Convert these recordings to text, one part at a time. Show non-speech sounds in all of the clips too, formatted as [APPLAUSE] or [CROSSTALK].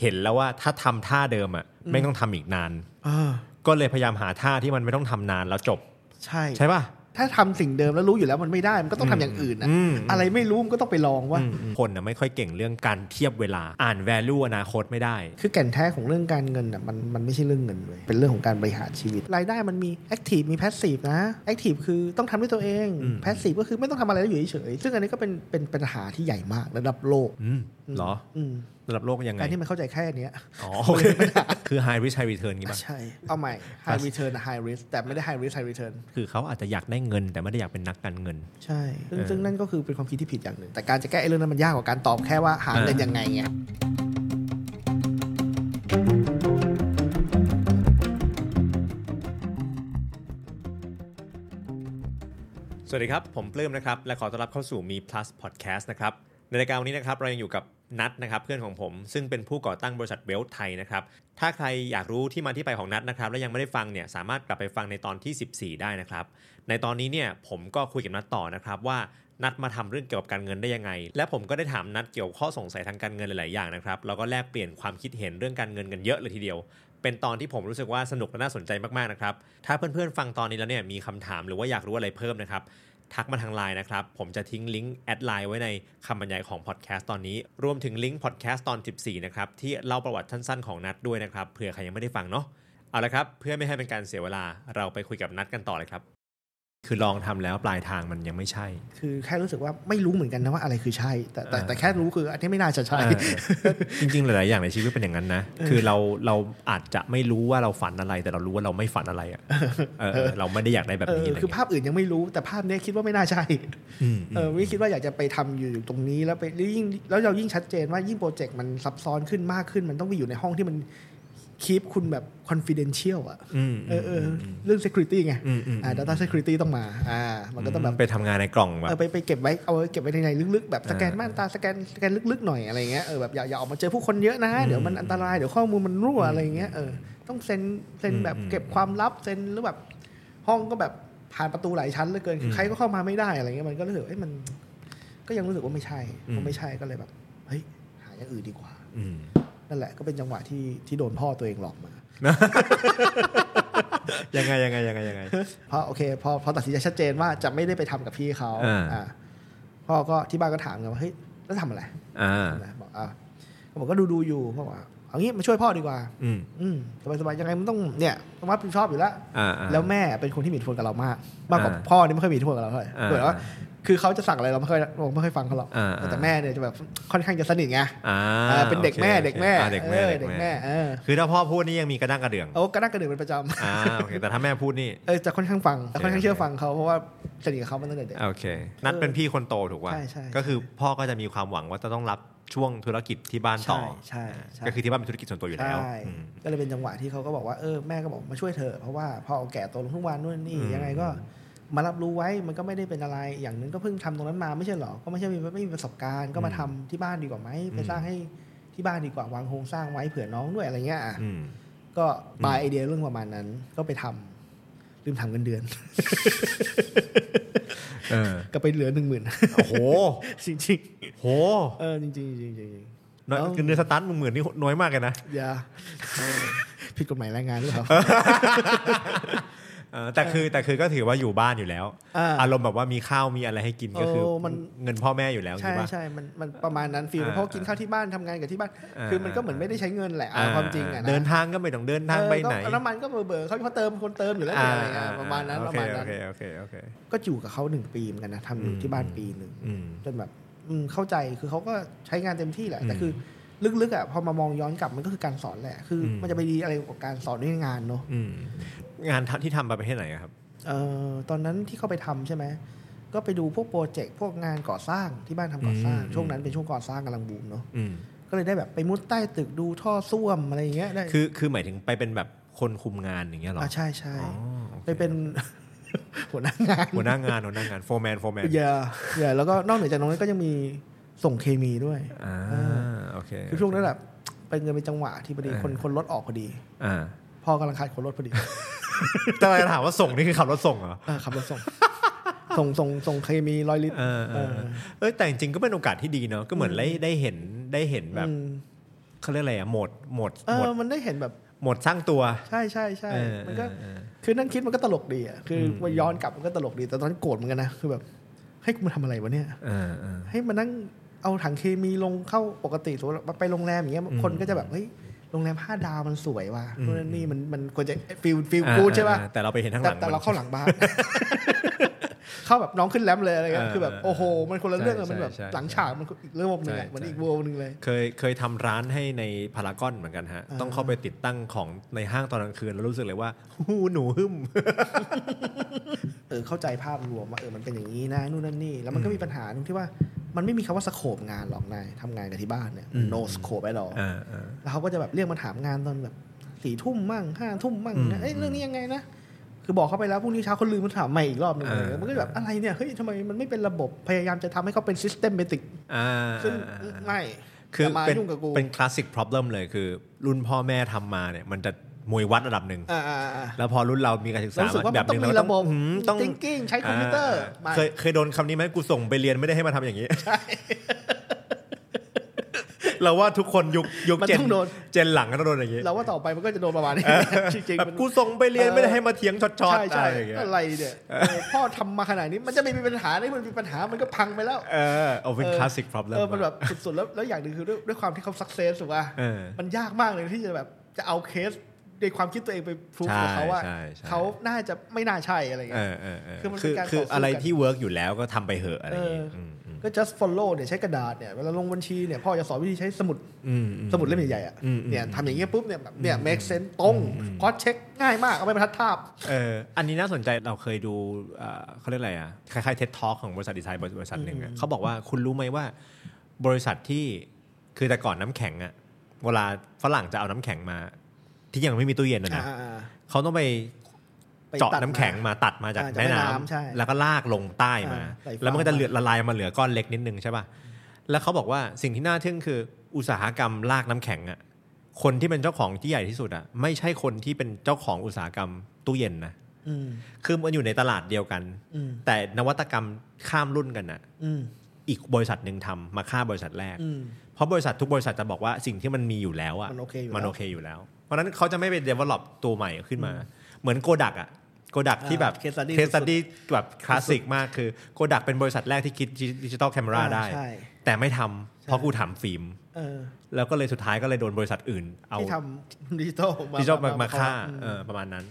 เห็นแล้วว่าถ้าทำท่าเดิมอ่ะไม่ต้องทำอีกนาน อ่า ก็เลยพยายามหาท่าที่มันไม่ต้องทำนานแล้วจบ ใช่ ใช่ป่ะ ถ้าทำสิ่งเดิมแล้วรู้อยู่แล้วมันไม่ได้มันก็ต้องทำอย่างอื่นนะ อืม อะไรไม่รู้มันก็ต้องไปลองว่า คนน่ะไม่ค่อยเก่งเรื่องการเทียบเวลาอ่าน value อนาคตไม่ได้ คือแก่นแท้ของเรื่องการเงินอ่ะมันมันไม่ใช่เรื่องเงินเลยเป็นเรื่องของการบริหารชีวิต รายได้มันมีแอคทีฟมีแพสซีฟนะแอคทีฟคือต้องทำด้วยตัวเอง อืม แพสซีฟก็คือไม่ต้องทำอะไรแล้วอยู่เฉยๆซึ่งอันนี้ก็เป็นเป็นปัญหาที่ใหญ่มากระดับโลก อืมเหรอ อืม ระดับโลกยังไง การที่มันเข้าใจแค่เนี้ย อ๋อโอเค [LAUGHS] คือ high risk high return งี้ป่ะ ใช่ เอาใหม่ high return high risk แต่ไม่ได้ high risk high return คือเขาอาจจะอยากได้เงิน แต่ไม่ได้อยากเป็นนักการเงิน ใช่ซึ่ง เออ ซึ่งนั่นก็คือเป็นความคิดที่ผิดอย่างหนึ่ง แต่การจะแก้ไอ้เรื่องนั้นมันยากกว่าการตอบแค่ว่าหา อ่า เงินยังไงไง สวัสดีครับ ผมปลื้มนะครับ และขอต้อนรับเข้าสู่มี plus podcast นะครับ ในรายการวันนี้นะครับ เรายังอยู่กับนัทนะครับ เพื่อนของผม ซึ่งเป็นผู้ก่อตั้งบริษัทเวลไทยนะครับ ถ้าใครอยากรู้ที่มาที่ไปของนัทนะครับ และยังไม่ได้ฟังเนี่ยสามารถกลับไปฟังในตอนที่ 14 ได้นะครับ ในตอนนี้เนี่ยผมก็คุยกับนัทต่อนะครับว่านัทมาทำเรื่องเกี่ยวกับการเงินได้ยังไง และผมก็ได้ถามนัทเกี่ยวกับข้อสงสัยทางการเงินหลายๆอย่างนะครับแล้วก็แลกเปลี่ยนความคิดเห็นเรื่องการเงินกันเยอะเลยทีเดียว เป็นตอนที่ผมรู้สึกว่าสนุกและน่าสนใจมากๆนะครับถ้าเพื่อนๆฟังตอนนี้แล้วเนี่ยมีคำถามหรือว่าอยากรู้อะไรเพิ่มนะครับ ทักมาทางไลน์นะครับ ผมจะทิ้งลิงก์แอดไลน์ไว้ในคำบรรยายของพอดแคสต์ตอนนี้ รวมถึงลิงก์พอดแคสต์ตอน 14 นะครับ ที่เล่าประวัติสั้นๆของนัดด้วยนะครับ เผื่อใครยังไม่ได้ฟังเนาะเอาละครับ เพื่อไม่ให้เป็นการเสียเวลาเราไปคุยกับนัดกันต่อเลยครับ คือลองทำแล้วปลายทางมันยังไม่ใช่ คือแค่รู้สึกว่าไม่รู้เหมือนกันนะว่าอะไรคือใช่ แต่แต่ อ่า แต่แค่รู้คืออันนี้ไม่น่าจะใช่ เออจริงๆ หลายๆ อย่างในชีวิตเป็นอย่างนั้นนะ คือเราเราอาจจะไม่รู้ว่าเราฝันอะไร แต่เรารู้ว่าเราไม่ฝันอะไรอะเออเออเราไม่ได้อยากได้แบบ เอ นี้ อ อะไร คือภาพอื่นยังไม่รู้แต่ภาพเนี้ยคิดว่าไม่น่าใช่ ม เออวิคิดว่าอยากจะไปทำอยู่ตรงนี้แล้วไปแล้วยิ่งแล้วเรายิ่งชัดเจนว่ายิ่งโปรเจกต์มันซับซ้อนขึ้นมากขึ้น มันต้องไปอยู่ในห้องที่มันคีปคุณแบบ confidential อ่ะ ม เออเออเรื่อง security ไง อืมอืม อ่า data security ต้องมาอ่ามันก็ต้องแบบ ไปทำงานในกล่องแบ เอบ อไปไปเก็บไว้เอาไว้เก็บไว้ในในลึกๆ แบบสแกน อ่า ม่านตาสแกนสแกนลึกๆหน่อยอะไรเงี้ยเออแบบอย่าอย่าออกมาเจอผู้คนเยอะนะ เดี๋ยวมันอันตรายเดี๋ยวข้อมูลมันรั่วอะไรเงี้ยเออต้องเซ็นเซ็น อืม แบบ อืม เก็บความลับเซ็นหรือแบบห้องก็แบบผ่านประตูหลายชั้นเหลือเกินคือใครก็เข้ามาไม่ได้อะไรเงี้ยมันก็รู้สึกเอ้ยมัน ก็ยังรู้สึกว่าไม่ใช่ อืม พอไม่ใช่ก็เลยแบบ เฮ้ย หาอย่างอื่นดีกว่า อืม นั่นแหละก็เป็นจังหวะที่ที่โดนพ่อตัวเองหลอกมา ยังไงยังไงยังไงยังไง เพราะโอเคพอพอตัดสินใจชัดเจนว่าจะไม่ได้ไปทำกับพี่เขา อ่า อ่าพ่อก็ที่บ้านก็ถามกันว่าเฮ้ยแล้วทำอะไร อ่า นะบอกอ่าก็บอกก็ดูดูๆอยู่พ่อบอกว่าเอางี้มาช่วยพ่อดีกว่า อืม อืมสบายสบายๆยังไงมันต้องเนี่ยต้องรับผิดชอบอยู่แล้ว อ่า แล้วแม่เป็นคนที่มีอิทธิพลกับเรามากมากกว่า อ่า พ่อนี่ไม่ค่อยมีอิทธิพลกับเราเท่าไหร่ อ่า เหมือนว่า คือเขาจะสั่งอะไรเราไม่ค่อยเราไม่ค่อยฟังเขาหรอก อ่าอ่า แต่แม่เนี่ยจะแบบค่อนข้างจะสนิทไง อ่า อ่าเป็นเด็กแม่ โอค เด็กแม่ อ่าเด็กแม่ ออ เด็ เด็ ก ก แม่ แม่เออ คือถ้าพ่อพูดนี่ยังมีกระด้างกระเดื่อง โอ้ก็นั่งกระเดื่องเป็นประจ อ่า โอเค แต่ถ้าแม่พูดนี่ ำ เออจะค่อนข้างฟังแต่ค่อนข้าง โอเค เชื่อฟังเขาเพราะว่าสนิทกับเขามาตั้งแต่เด็ก โอเค นัดเป็นพี่คนโตถูกป่ะ ใช่ใช่ ก็คือพ่อก็จะมีความหวังว่าจะต้องรับช่วงธุรกิจที่บ้านต่ ใช่ อ ใช่ใช่ ก็คือที่บ้านเป็นธุรกิจส่วนตัวอยู่แล้ว ใช่ อืม ก็เลยเป็นจังหวะที่เขาก็บอกว่าเออแม่ก็บอกมาช่วยเธอะเพราะว่าพ่อแก่ตัวลงทุกวันนู่นนี่ อืม ยังไงก็มารับรู้ไว้มันก็ไม่ได้เป็นอะไรอย่างหนึงก็เพิ่งทำตรงนั้นมาไม่ใช่หรอก็ไม่ใช่มีไม่มีประสบการณ์ก็มาทำที่บ้านดีกว่าไหมไปสร้างให้ที่บ้านดีกว่าวางโครงสร้างไว้เผื่อน้องด้วยอะไรเงี้ยอ่ะ อืม ก็ปลายไอเดียเรื่องประมาณนั้นก็ไปทำลืมทำเงินเดือน [LAUGHS] เออ ก็ไปเหลือหนึ่งหมื่ [LAUGHS] น โอ้โห จริงจริง โห ๆเออจริงๆจริงๆจริงๆจริง น้อย แล้ว คือเนื้อสตันหมื่นนี่น้อยมาก [LAUGHS] เลยนะ ๆอย่าผิดกฎหมายแรงงานหรือเปล่า เออแต่คือแต่คือก็ถือว่าอยู่บ้านอยู่แล้ว อ่า อารมณ์แบบว่ามีข้าวมีอะไรให้กินก็คือ โอ้มัน เงินพ่อแม่อยู่แล้ว ใช่ ใช่ป่ะ ใช่มันมันประมาณนั้นฟีล อ่า เพราะกินข้าวที่บ้านทำงานกับที่บ้าน อ่า คือมันก็เหมือนไม่ได้ใช้เงินแหละเอาความจริงอะนะ เดินทางก็ไม่ต้องเดินทางไปไหน เออก็น้ำมันก็เบอร์เบอร์เขาเขาเติมคนเติมอยู่แล้วเนี่ยอะไรเงี้ยประมาณนั้นประมาณนั้น โอเคโอเคโอเค ก็อยู่กับเขาหนึ่งปีเหมือนกันนะทำอยู่ที่บ้านปีหนึ่ง อืม จนแบบอืมเข้าใจคือเขาก็ใช้งานเต็มที่แหละ อืม แต่คือลึกๆอ่ะพอมามองย้อนกลับมันก็คือการสอนแหละ คืออ ม มันจะไปดีอะไรกับการสอนด้วยงานเนอะ อืมงานที่ทำไปประเทศไหนอะครับ เอ่อตอนนั้นที่เข้าไปทำใช่ไหม ก็ไปดูพวกโปรเจกต์พวกงานก่อสร้างที่บ้านทำก่อสร้าง อืม ช่วงนั้นเป็นช่วงก่อสร้างกำลังบูมเนาะ อืม ก็เลยได้แบบไปมุดใต้ตึกดูท่อส้วมอะไรอย่างเงี้ยได้ คือคือหมายถึงไปเป็นแบบคนคุมงานอย่างเงี้ยเหรอ อ่ะใช่ใช่ อ๋อโอค ไปเป็น [LAUGHS] หัวหน้างาน หัวหน้างานหัวหน้างานโฟร์แมนโฟร์แมน อย่าอย่าแล้วก็นอกเหนือจากนั้นก็ยังมีส่งเคมีด้วย อ่า เอ โอเค คือช่วงนั้นแบบเป็นเงินเป็นจังหวะที่พอดี เออ คนคนรถออกพอดี อ่า พ่อกำลังขาดคนรถพอดี [LAUGHS] แต่เราจะถามว่าส่งนี่คือขับรถส่งเหรอ เออขับรถส่ง [LAUGHS] ส่งส่งส่งเคมีร้อยลิตร เออเออ เออ เออแต่จริงๆก็เป็นโอกาสที่ดีเนาะก็เหมือนได้ได้เห็นได้เห็นแบบ อืม เขาเรียกอะไรอ่ะโหมดโหมด เอ โหม อ ด มันได้เห็นแบบ โหมดสร้างตัว ใช่ใช่ใช่ เออ มันก็ เออ คือนั่งคิดมันก็ตลกดีอ่ะ คืออ ม มันย้อนกลับมันก็ตลกดี แต่ตอนนั้นโกรธเหมือนกันนะ คือแบบ ให้กูมาทำอะไรวะเนี่ย เออเออ ให้มานั่งเอาถังเคมีลงเข้าปกติสมมติว่าไปโรงแรมอย่างเงี้ย อืม คนก็จะแบบ เฮ้ย โรงแรมห้าดาวมันสวยว่ะ อืม นู่นนนนี่มันมันควรจะฟิลฟิลกูดใช่ป่ะ อ่าแต่เราไปเห็นข้างห แต่ ลัง แต่ มัน เราเข้าหลังบ้าน [LAUGHS] เข้าแบบน้องขึ้นแรมเลยอะไรเงี้ย เออ คือแบบโอ้โห มันคนละ ใช่ เรื่องเลยมันแบบ ใช่ใช่ หลังฉากมันอีกเรื่องหนึ่งอะ ใช่ มัน ใช่ อีกเวิลด์หนึ่งเลย เคยเคยทำร้านให้ในพารากอนเหมือนกันฮะ อ่า ต้องเข้าไปติดตั้งของในห้างตอนกลางคืน แล้วรู้สึกเลยว่าหูหนูหึ่ม เออเข้าใจภาพรวมว่าเออมันเป็นอย่างนี้นะนู่นนั่นนี่แล้วมันก็มีปัญหาตรงที่ว่ามันไม่มีคำว่าสโคปงานหรอกนายทำงานกับที่บ้านเนี่ย อืม no scope ไอ้หรอก อ่าอ่า แล้วเขาก็จะแบบเรียกมาถามงานตอนแบบสี่ทุ่มมั่งห้าทุ่มมั่ง อืม นะเอ้ยเรื่องนี้ยังไงนะ คือบอกเขาไปแล้วพรุ่งนี้เช้าเขาลืมมาถามใหม่อีกรอบหนึง อ่า เลยมันก็แบบอะไรเนี่ยเฮ้ยทำไมมันไม่เป็นระบบพยายามจะทำให้เขาเป็น systematic อ่า ซึ่ง อ่าอ่า ไม่ คือ จะมา เป็น ยุ่งกับกู เป็นคลาสสิก problem เลยคือ รุ่นพ่อแม่ทำมาเนี่ย มันจะมวยวัดระดับหนึ่ง อ่าอ่าอ่า แล้วพอรุ่นเรามีการศึกษา เรารู้สึกว่า แบบมันต้ ห อ นึ่ ง งแล้วมีระบบ ต้อง thinking ใช้คอมพิวเตอร์ อ่า ไม่ เคยเคยโดนคำนี้ไหมกูส่งไปเรียนไม่ได้ให้มาทำอย่างนี้ [LAUGHS] เราว่าทุกคนยุคยุค มัน เจน ต้องโดน เจนหลังก็ต้องโดนอย่างนี้ เราว่าต่อไปมันก็จะโดนประมาณนี้ [LAUGHS] จริง แบบ ๆมัน กูส่งไปเรียนไม่ได้ให้มาเถียงช็อตๆอะใช่ใช่ ไรอย่างเงี้ย อะไรเนี่ยเออพ่อทำมาขนาดนี้มันจะไม่มีปัญหาได้มันมีปัญหามันก็พังไปแล้ว เออเอาเป็นคลาสสิก problem เออมันแบบสุดๆแล้วแล้วอย่างหนึ่งคือด้วยด้วยความที่เขาสักเซสถูกป่ะ เออ มันยากมากเลยที่จะแบบจะเอาเคสในความคิดตัวเองไปพูดกับเขาว่า ใช่ใช่ เขาน่าจะไม่น่าใช่อะไร เอ เงี้ย อเออเออ คือมันเป็ คื น อ การ คือ ต่อสู้ อะไร กัน ที่ work อยู่แล้วก็ทำไปเหอะอะไรอย่างงี้ เอออื มอืม ก็ just follow เนี่ยใช้กระดาษเนี่ยเวลาลงบัญชีเนี่ยพ่อจะสอนวิธีใช้สมุด อืมอืม สมุดเล่มใหญ่ๆอ่ะ อืมอืม เนี่ยทำอย่างเงี้ยปุ๊บเนี่ยแบบเนี่ย make sense ตรง อืม คอสเช็คง่ายมากเอาไปบรรทัดทาบ เอออันนี้น่าสนใจเราเคยดูเอ่อเขาเรียกอะไรอ่ะคล้ายๆเท็ตทอของบริษัทดีไซน์บริษัทหนึ่งอะเขาบอกว่าคุณรู้ไหมว่าบริษัทที่คือแต่ก่อนน้ำแข็งอ่ะเวลาฝรั่งจะเอาน้ำแข็งมา ที่ยังไม่มีตู้เย็นอะนะเขาต้องไป ไป เจาะ ตัด น้ำแข็งมาตัดมาจาก อ่าจาก แม่น้ แม่น้ำใช่ ำแล้วก็ลากลงใต้มา อ่าใส่ฟ้า แล้วมันก็จะเหลือละลายมาเหลือก้อนเล็กนิดนึงใช่ป่ะแล้วเขาบอกว่าสิ่งที่น่าทึ่งคืออุตสาหกรรมลากน้ำแข็งอ่ะคนที่เป็นเจ้าของที่ใหญ่ที่สุดอ่ะไม่ใช่คนที่เป็นเจ้าของอุตสาหกรรมตู้เย็นนะ อืม คือมันอยู่ในตลาดเดียวกัน อืม แต่นวัตกรรมข้ามรุ่นกันน่ะ อืม อีกบริษัทหนึ่งทำมาฆ่าบริษัทแรก อืม เพราะบริษัททุกบริษัทจะบอกว่าสิ่งที่มันมีอยู่แล้วอะ มันโอเคอยู่แล้ว มันโอเคอยู่แล้ว เพราะฉะนั้นเขาจะไม่ไป develop ตัวใหม่ขึ้นมา เหมือนโกดักอะโกดักที่แบบ อ่า case study เคสตี้แบบคลาสสิกมากคือโกดักเป็นบริษัทแรกที่คิดดิจิตอลแคมรา อ่า ได้ ใช่ แต่ไม่ทำเพราะกูถามฟิล์ม เออ แล้วก็เลยสุดท้ายก็เลยโดนบริษัทอื่นเอา ที่ทำดิจิตอลมา ที่ชอบมามาฆ่า อืม เออประมาณนั้น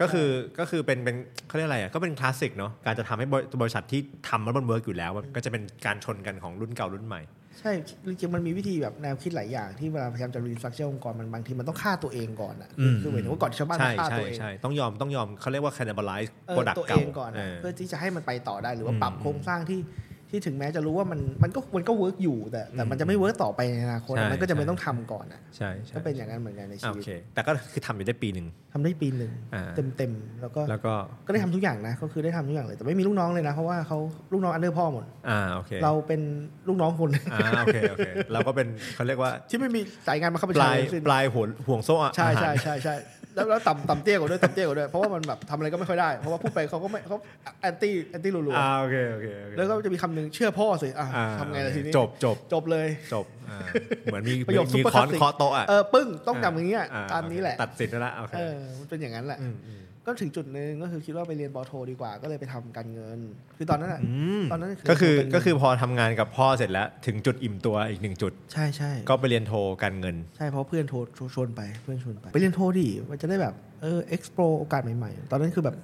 ก็คือก็คือเป็นเป็นเขาเรียกอะไรอ่ะก็เป็นคลาสสิกเนาะการจะทำให้บริบริษัทที่ทำแล้วมันเวิร์กอยู่แล้วมันก็จะเป็นการชนกันของรุ่นเก่ารุ่นใหม่ ใช่จริงๆมันมีวิธีแบบแนวคิดหลายอย่างที่เวลาพยายามจะรีสตรัคเจอร์องค์กรมันบางทีมันต้องฆ่าตัวเองก่อนอ่ะ อืม คือเหมือนว่าก่อนที่ชาวบ้าน ใช่ จะฆ่า ใช่ ตัวเอง ใช่ต้องยอมต้องยอมเขาเรียกว่า cannibalize เออ product ตัวเอ เก่าง ก่อน เอ อะ อ เพื่อที่จะให้มันไปต่อได้หรือว่า อืม ปรับโครงสร้างที่ที่ถึงแม้จะรู้ว่ามันมันก็มันก็เวิร์กอยู่ แต่แต่มันจะไม่เวิร์กต่อไปในอนาคต ใช่ อะมันก็จะไม่ ใช่ ต้องทำก่อนอ่ะ ใช่ใช่ ก็เป็นอย่างนั้นเหมือนกันในชี โอ วิต เค แต่ก็คือทำอยู่ได้ปีหนึ่ง ทำได้ปีหนึ่ง อ่า เต็มๆแล้วก็ แล้วก็ ก็ได้ทำทุกอย่างนะก็คือได้ทำทุกอย่างเลย แต่ไม่มีลูกน้องเลยนะเพราะว่าเขาลูกน้องอันเดอร์พ่อหมด อ่าโอเค เราเป็นลูกน้องคนห [LAUGHS] นึ่ง อ่าโอเคโอเคเราก็เป็นเขาเรียกว่า ที่ไม่มีสายงานมาเข้าไป ป ใช้ ลาย ทั้งสิ้น ปลายหัวห่วงโซ่อา ใช่ หาร ใช่ใช่ใช่แล้วแล้วต่ำต่ำเตี้ยกว่าด้วยต่ำเตี้ยกว่าด้วยเพราะว่ามันแบบทำอะไรก็ไม่ค่อยได้เพราะว่าพูดไปเขาก็ไม่เขาแอนตี้แอนตี้รัว อ่าโอเคโอเคโอเค ๆแล้วก็จะมีคำหนึ่งเชื่อพ่อสิอ่ะ อ่า ทำไงล่ะทีนี้ จบจบ จบเลย จบอ่าเหมือนมี ประโยค มี super คอน classic เคาะโต๊ะอ่ะ เออปึ้งต้องจำอย่างเงี้ยตามนี้แหละ ตัดสินแล้วโอเค เออมันเป็นอย่างนั้นแหละ ก็ถึงจุดหนึ่งก็คือคิดว่าไปเรียนบอโทดีกว่าก็เลยไปทำการเงิน คือตอนนั้นอ่ะ ตอนนั้นคือ ก็คือ เป็น ก็คือพอทำงานกับพ่อเสร็จแล้ว ถึงจุดอิ่มตัวอีกหนึ่งจุด ใช่ใช่ ก็ไปเรียนโทการเงิน ใช่เพราะเพื่อนโทรโทรชวนไปเพื่อนชวนไปไปเรียนโทดิมันจะได้แบบเออ explore โอกาสใหม่ๆ ตอนนั้นคือแบบ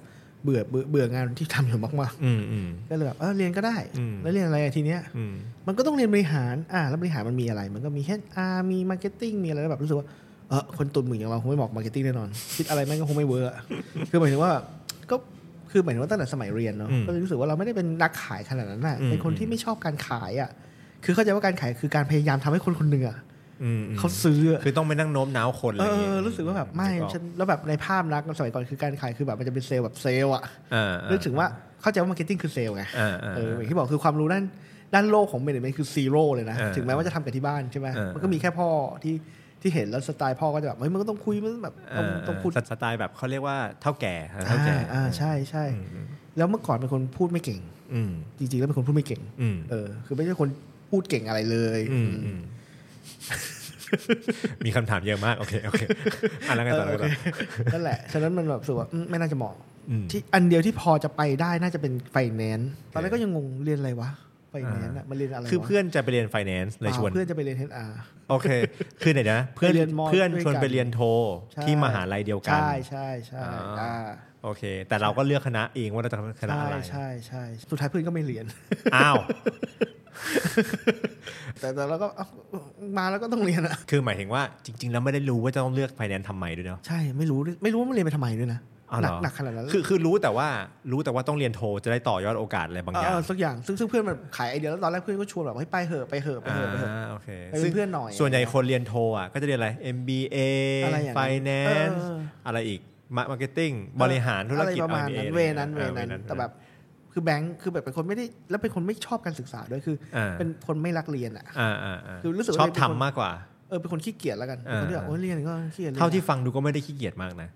เบื่อเบื่อเบื่องานที่ทำอยู่มาก อืมอืม ๆก็เลยแบบเออเรียนก็ได้ อืม แล้วเรียนอะไรอะทีเนี้ย อืม มันก็ต้องเรียนบริหาร อ่า แล้วบริหารมันมีอะไร มันก็มี HR มี Marketing มีอะไรแล้วแบบรู้สึกว่า เออคนตุนหมึกอย่างเราคงไม่เหมาะ Marketing แน่นอน คิดอะไรแม่งก็คงไม่เวิร์กอะ [LAUGHS] คือหมายถึงว่าแบบก็ คือหมายถึงว่าตั้งแต่สมัยเรียนเนาะ อืม ก็เลยรู้สึกว่าเราไม่ได้เป็นนักขายขนาดนั้นอะ อืม เป็นคนที่ไม่ชอบการขายอะคือเข้าใจว่าการขายคือการพยายามทำให้คนคนหนึ่งอะ อืม เขาซื้ออะ คือต้องไปนั่งโน้มน้าวคนอะ เอ ไรอย่างงี้ อ รู้สึกว่าแบบไม่ฉัน แล้วแบบในภาพนักสมัยก่อนคือการขายคือแบบมันจะเป็นเซลล์แบบเซลล์อะ อ่า นึกถึงว่าเข้าใจว่า marketing คือเซลล์ไง อ่าอ่า เอออย่างที่บอกคือความรู้ด้านด้านโลกของเมนเมนคือซีโร่เลยนะ เออ ถึงแม้ว่าจะทำกับที่บ้านใช่ไหม เออ มันก็มีแค่พ่อที่ที่เห็นแล้วสไตล์พ่อก็จะแบบเฮ้ยมันก็ต้องคุยมันต้องแบบต้ อ่า องต้องพูด สไตล์แบบเขาเรียกว่าเท่าแก่เท่า อ่า แก่ อ่าใช่ใช่ อืมอืม แล้วเมื่อก่อนเป็นคนพูดไม่เก่ง อืม จริงๆ แล้วเป็นคนพูดไม่เก่ง อืม เออคือไม่ใช่คนพูดเก่งอะไรเลย อืมอืม มีคำถามเยอะมากโอเคโอเคอ่ะแล้วไงต่อ เอ แล้วอโอ ไง เค ต่อ นั่นแหละ ฉะนั้นมันแบบรู้สึกว่าอืมไม่น่าจะเหมาะ อืม ที่อันเดียวที่พอจะไปได้น่าจะเป็นไฟแนนซ์ตอนแรกก็ยังงงเรียนอะไรวะไฟแนนซ์ อ่า อะมันเรียนอะไรวะ คือเพื่อนจะไปเรียน finance เลยชวน อ่าเพื่อนจะไปเรียน HR โอเค คือไหนนะเพื่อน ไปเรียนมอ เพื่อน ด้วย ชวน กัน ไปเรียนโท ใช่ ที่มหาลัยเดียวกัน ใช่ใช่ใช่ อ่า อ่า โอเค แต่เราก็เลือกคณะเองว่าเราจะคณะ ใช่ อะไร ใช่ใช่สุดท้ายเพื่อนก็ไม่เรีย [LAUGHS] น อ้าว แต่แต่เราก็เอ้ามาแล้วก็ต้องเรียนอะ คือหมายถึงว่าจริง ๆ แล้วไม่ได้รู้ว่าจะต้องเลือก finance ทำไมด้วยเนาะ ใช่ไม่รู้ด้วยไม่รู้ว่ามันเรียนไปทำไมด้วยนะ อ้าว ห เหร นั อ หนักขนาดนั้น คือคือรู้แต่ว่ารู้แต่ว่าต้องเรียนโทจะได้ต่อยอดโอกาสอะไรบาง เอ อย่าง อสักอย่างซึ่งซึ่งเพื่อนมันขายไอเดียแล้วตอนแรกเพื่อนก็ชวนแบบให้ยไปเหอะไปเหอะไปเหอะไปเหอะ อ่าโอเค ไปเป็น ซึ่ง เพื่อนหน่อย ส่วนใหญ่คนเรียนโทอ่ะก็จะเรียนอะไร MBA อะไรอย่างนั้น finance เออ อะไรอีกมาร์เก็ตติ้งบริหารธุรกิจ อะไรประมาณ MBA นั้นเวนั้น อะไร เว อย่างงี้นั้ย น ออ แต่แบบคือแบงค์คือแบบเป็นคนไม่ได้แล้วเป็นคนไม่ชอบการศึกษาด้วยคืออา เป็นคนไม่รักเรียนอ่ะ อ่าอ่าอ่า คือรู้สึกว่า ชอบ เป็นคน ทำมากกว่า เออเป็นคนขี้เกียจแล้วกันเป็นคนที่แบบ อ่า โอ้ยเรียนก็ขี้เกียจรียน เท่าที่ฟังดูก็ไม่ได้ขี้เกียจมากนะ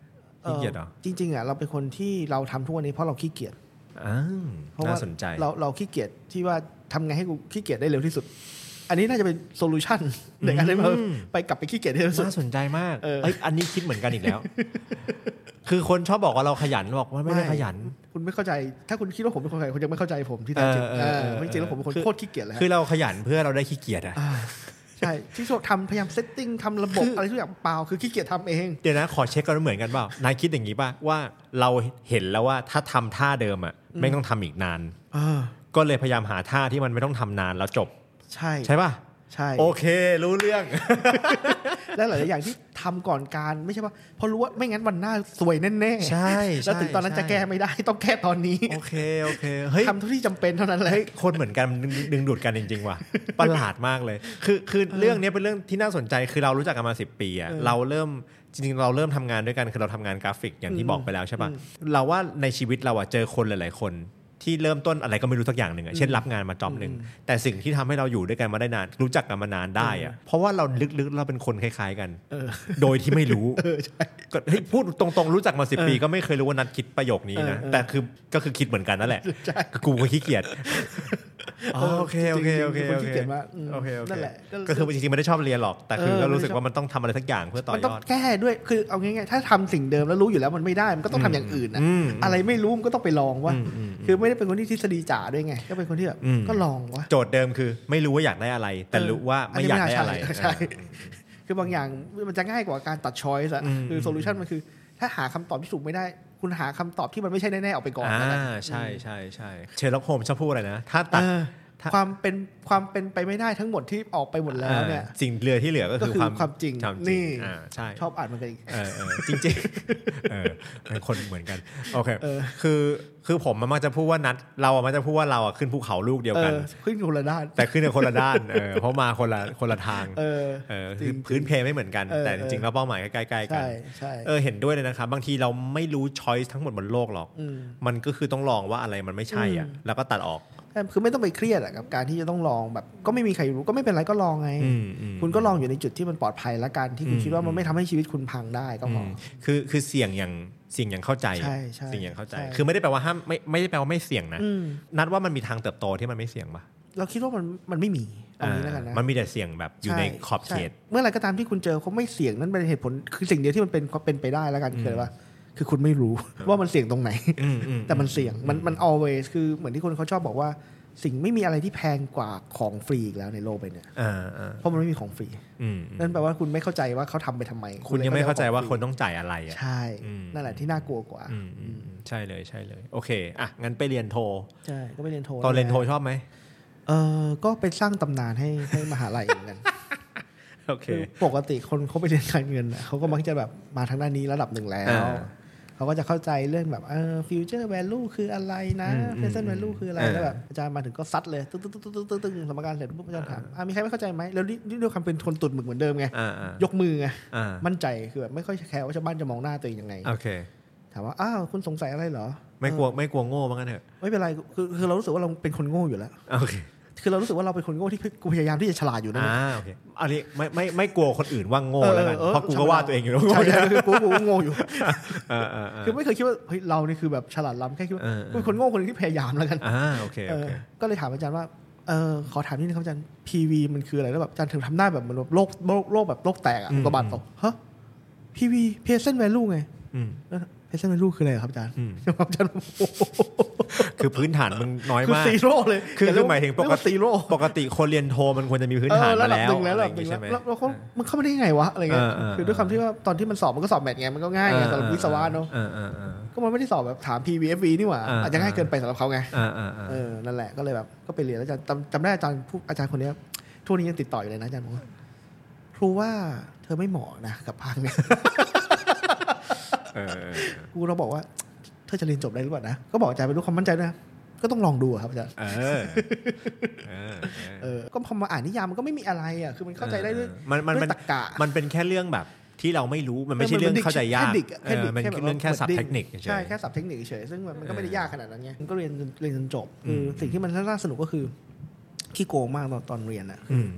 ขี้เกียจเหรอ จริงๆอ่ะเราเป็นคนที่เราทำทุกวันนี้เพราะเราขี้เกียจ อ้าว เพราะ น่า ว่า สนใจ เราเราขี้เกียจที่ว่าทำไงให้กูขี้เกียจได้เร็วที่สุด อันนี้น่าจะเป็นโซลู [LAUGHS] ชันในการที่เรา อืม ไปกลับไปขี้เกียจได้เร็วที่สุด น่าสนใจมาก เออ เอ้ยอันนี้คิดเหมือนกันอีก [LAUGHS] แล้ว คือคนชอบบอกว่าเราขยันบอกว่าไม่ได้ขยัน คุณไม่เข้าใจ ถ้าคุณคิดว่าผมเป็นคนขยันคุณยังไม่เข้าใจผมที่แท้จริง เออเออเออ เออจริงๆแล้วผมเป็นคน คือ โคตรขี้เกียจเลยฮะ คือเราขยันเพื่อเราได้ขี้เกียจอะ อ่าใช่ที่สุดทำพยายามเซตติ้งทำระบบ อะไรทุกอย่างเปล่า คือขี้เกียจทำเอง เดี๋ยวนะขอเช็คกันว่าเหมือนกันเปล่านายคิดอย่างนี้ป่ะว่าเราเห็นแล้วว่าถ้าทำท่าเดิมอ่ะไม่ต้องทำอีกนาน ก็เลยพยายามหาท่าที่มันไม่ต้องทำนานแล้วจบ ใช่ ใช่ป่ะ ใช่ โอเค รู้เรื่อง และหลายๆอย่างที่ทำก่อนการไม่ใช่ว่าเพราะรู้ว่าไม่งั้นวันหน้าสวยแน่ๆ ใช่ใช่ แล้วถึงตอนนั้น ใช่ จะแก้ไม่ได้ ต้องแก้ตอนนี้ โอเคโอเคเฮ้ย ทำเท่าที่จำเป็นเท่านั้นเลย คนเหมือนกันดึงดึงดูดกันจริ [LAUGHS] ง ๆ ว่ะประหลาดมากเลย คือคือเรื่องนี้เป็นเรื่องที่น่าสนใจคือเรารู้จักกันมา 10 ปีอะ เออ เราเริ่มจริงๆ เราเริ่มทำงานด้วยกันคือเราทำงานกราฟิกอย่างที่ อืม บอกไปแล้วใช่ป่ะ อืม เราว่าในชีวิตเราอะเจอคนหลาย ๆ คนที่เริ่มต้นอะไรก็ไม่รู้สักอย่างหนึ่งอะเช่นรับงานมาจอบหนึ่ง แต่สิ่งที่ทำให้เราอยู่ด้วยกันมาได้นาน รู้จักกันมานานได้อะเพราะว่าเราลึกๆเราเป็นคนคล้ายๆ กัน เออ โดยที่ไม่รู้ก็เฮ้ยพูดตรงๆ รู้จักมาสิ เออ ปีก็ไม่เคยรู้ว่านัดคิดประโยคนี้นะ เออเออ แต่คือก็คือคิดเหมือนกันนั่นแหละ ใช่ กูก็ขี้เกียจอ๋อโอเคโอเคโอเค จริโองๆป็นนขี้ เค เกียจมากอืม โอเคโอเค นั่นแหละ ก็คือจริงๆไม่ได้ชอบเรียนหรอก แต่คือ เออ ก็รู้สึกว่ามันต้องทำอะไรสักอย่างเพื่อต่อ มัน ย ต้อง อด แก้ด้วยคือเอาง่ายๆถ้าทำสิ่งเดิมแล้วรู้อยู่แล้วมันไม่ได้มันก็ต้องทำอย่างอื่นอะ อืม อะไรไม่รู้มันก็ต้องไปลองว่า อืมอืม คือไม่ได้เป็นคนที่ทฤษฎีจ๋าด้วยไง ก็เป็นคนที่แบบ อืม ก็ลองวะ โจทย์เดิมคือ ไม่รู้ว่าอยากได้อะไร แต่ เออ รู้ว่าไม่อยากได้อะไร นนี้ม่น่าใช่ใช่คือบางอย่างมันจะง่ายกว่าการตัดช้อยส์อะ อืม คือโซลูชันมันคือ ถ้าหาคำตอบที่ถูกไม่ได้ คุณหาคำตอบที่มันไม่ใช่แน่ๆออกไปก่อน อ่า นั่นแหละ ใช่ใช่ใช่เชลล็อกโฮมชอบพูดอะไรนะถ้าตั เอ ด อ ถ้า ความเป็นความเป็นไปไม่ได้ทั้งหมดที่ออกไปหมดแล้วเนี่ย อ่าสิ่งเหลือที่เหลือก็คือ ก็คือความจริง ความ นี่ จริงอ่าใช่ ชอบอ่านมันกันอีก เออเออจริงๆเออเป็นคนเหมือนกันโอเค เออ คือคือผมมันมักจะพูดว่านัด เราอะมักจะพูดว่าเราอะขึ้นภูเขาลูกเดียว เอ กัน อขึ้นคนละด้าน แต่ขึ้นในคนละด้านเอ [LAUGHS] อเพราะมาคนละคนละทาง เออ เออ จริ คือง พื้นเพไม่เหมือนกัน เออ แต่ เออ จริงๆแล้วเป้าหมายใกล้ๆกัน ใช่ใช่ เออเห็นด้วยเลยนะครับ บางทีเราไม่รู้ช้อยส์ทั้งหมดบนโลกหรอก ม มันก็คือต้องลองว่าอะไรมันไม่ใช่อ่ะแล้วก็ตัดออก แต่คือไม่ต้องไปเครียดอะกับการที่จะต้องลองแบบ ก็ไม่มีใครรู้ก็ไม่เป็นไรก็ลองไง อืมอืม คุณก็ลองอยู่ในจุดที่มันปลอดภัยละกันที่คุณ อืม คิดว่ามันไม่ทำให้ชีวิตคุณพังได้ก็พอ อืมคือคือเสี่ยงอย่างเสี่ยงอย่างเข้าใจ ใช่ใช่ เสี่ยงอย่างเข้าใจ ใช่ คือไม่ได้แปลว่าห้ามไม่ไม่ได้แปลว่าไม่เสี่ยงนะ อืม นัดว่ามันมีทางเติบโตที่มันไม่เสี่ยงปะ เราคิดว่ามันมันไม่มีเอางี้แล้วกันนะ มันมีแต่เสียงแบบอยู่ในขอบเขต ใช่เมื่อไหรก็ตามที่คุณเจอเขาไม่เสี่ยงนั่นเป็นเหตุผลคือสิ่งเดียวที่มันเป็นความเป็นไปได้แล้วกัน อืม คืออะไรว่าคือคุณไม่รู้ ว่ามันเสี่ยงตรงไหน อืมอืม แต่มันเสี่ยงมันมัน always คือเหมือนที่คนเขาชอบบอกว่า สิ่งไม่มีอะไรที่แพงกว่าของฟรีอีกแล้วในโลกใบเนี้ย อ่าอ่า เพราะมันไม่มีของฟรี อืม นั่นแปลว่าคุณไม่เข้าใจว่าเขาทำไปทำไม คุณยังไม่เข้าใจว่า ลย คนต้องจ่ายอะไรอ่ะ ใช่ อืม นั่นแหละที่น่ากลัวกว่า อืมอืมอืมใช่เลยใช่เลย โอเคอ่ะงั้นไปเรียนโท ใช่ก็ไปเรียนโท ตอนเรียนโทชอบไหม เออก็ไปสร้างตำนานให้ [LAUGHS] ให้มหาลัยเหมือนกัน โอเค คือปกติคนเขาไปเรียนการเงินน่ะเขาก็มักจะแบบมาทางด้านนี้ระดับหนึ่งแล้ว อ่า เขาก็จะเข้าใจเรื่องแบบเออฟิวเจอร์แวลูคืออะไรนะ อืมอืม เพเซนต์แวลูคืออะไรแล้วแบบอาจารย์มาถึงก็ซัดเลยตึ้งตึ้งตึ้งตึ้งตึ้งตึ้งสมการเสร็จปุ๊บอาจารย์ถามอ่ะมีใครไม่เข้าใจไหมแล้วนี่นี่ด้วยความเป็นคนตุดหมึกเหมือนเดิมไง อ่าอ่าย กมือไง อ่า มั่นใจคือแบบไม่ค่อยแคร์ว่าชาวบ้านจะมองหน้าตัวเองยังไง โอเค ถามว่าอ้าวคุณสงสัยอะไรเหรอ ไม่กลัวไม่กลัวโง่บ้างกันเถอะ ไม่เป็นไรคือคือเรารู้สึกว่าเราเป็นคนโง่อยู่แล้ว โอเค คือเรารู้สึกว่าเราเป็นคนโง่ที่พยายามที่จะฉลาดอยู่นะ อ่าโอเคอันนี้ไม่ไม่ไม่กลัวคนอื่นว่าโง่แล้วกัน ออออ เพราะกูก็ว่าตัวเองอยู่แล้วโง่ ใช่ใช่คือกูกูโง่อยู่ อ่าอ่าอ่า คือไม่เคยคิดว่าเฮ้ยเรานี่คือแบบฉลาดล้ำแค่คิดว่า เออเออ เป็นคนโง่คนหนึงที่พยายามแล้วกัน อ่าโอเค เอ โอ อ เค ก็เลยถามอาจารย์ว่า เออขอถามนิดนึงครับอาจารย์ PV มันคืออะไรแล้วแบบอาจารย์ถึงทำหน้าแบบเหมือนแบบโลกโลกโลกแบบโลกแตกอะ อืม อุกกาบาตตกฮะ PV present value ไง อืม present value คืออะไรอะครับอาจารย์ อืม ครับอาจารย์โอ้โห คือพื้นฐานมึงน้อย คือ มาก ซีโร่เลย คือ แต่ คื เรี อก หมายถึงปก เรีว่า ติ ซีโร่ ปกติคนเรียนโทมันควรจะมีพื้นฐาน เออ มา ระดับ แล้ว หนึ่งแล้ว อะไร ระ อ ดับ ย่าง หงี้นึ่งแล้ ใช่ ว ไหม แล้วแล้วเขามันเข้ามาได้ยังไงวะอะไรเงี้ย เออเออเออ คือด้วยความที่ว่าตอนที่มันสอบมันก็สอบแมทไงมันก็ง่ายไงสำหรับวิศวะเนาะ เออเออเออ ก็มันไม่ได้สอบแบบถาม PVFV นี่หว่า เอออ อาจจะง่ายเกินไปสำหรับเขาไง เออเออเออ เออ นั่นแหละ ก็เลยแบบ ก็ไปเรียนแล้วอาจารย์จำจำได้อาจารย์ผู้อาจารย์คนเนี้ยทุกวันนี้ยังติดต่ออยู่เลยนะอาจารย์บอกว่าครูว่าเธอไม่เหมาะนะกับพังเนี่ย เออเออ ครูเราบอกว่า เธอจะเรียนจบได้หรือเปล่านะ ก็บอกอาจารย์ไปรู้ความมั่นใจด้วยนะ ก็ต้องลองดูอะครับอาจารย์ เออเออเอ เอ อ อ ก็พอมาอ่านนิยามมันก็ไม่มีอะไรอ่ะ คือมันเข้าใจได้ด้วย มันมัน ด้ว มั ย น ตรรกะ มันเป็นแค่เรื่องแบบที่เราไม่รู้มันไม่ใช่เรื่องเข้าใจยาก แค่ดิก เออมันเป็นเรื่องแค่ศัพท์เทคนิคเฉ ใช่ ย แค่ศัพท์เทคนิคเฉยซึ่งมันมันก็ไม่ได้ยากขนาดนั้นไงมันก็เรียนจนเรียนจนจบ อื คือ ม สิ่งที่มันน่าสนุกก็คือขี้โกงมากตอนตอนเรียนอ่ะ อืม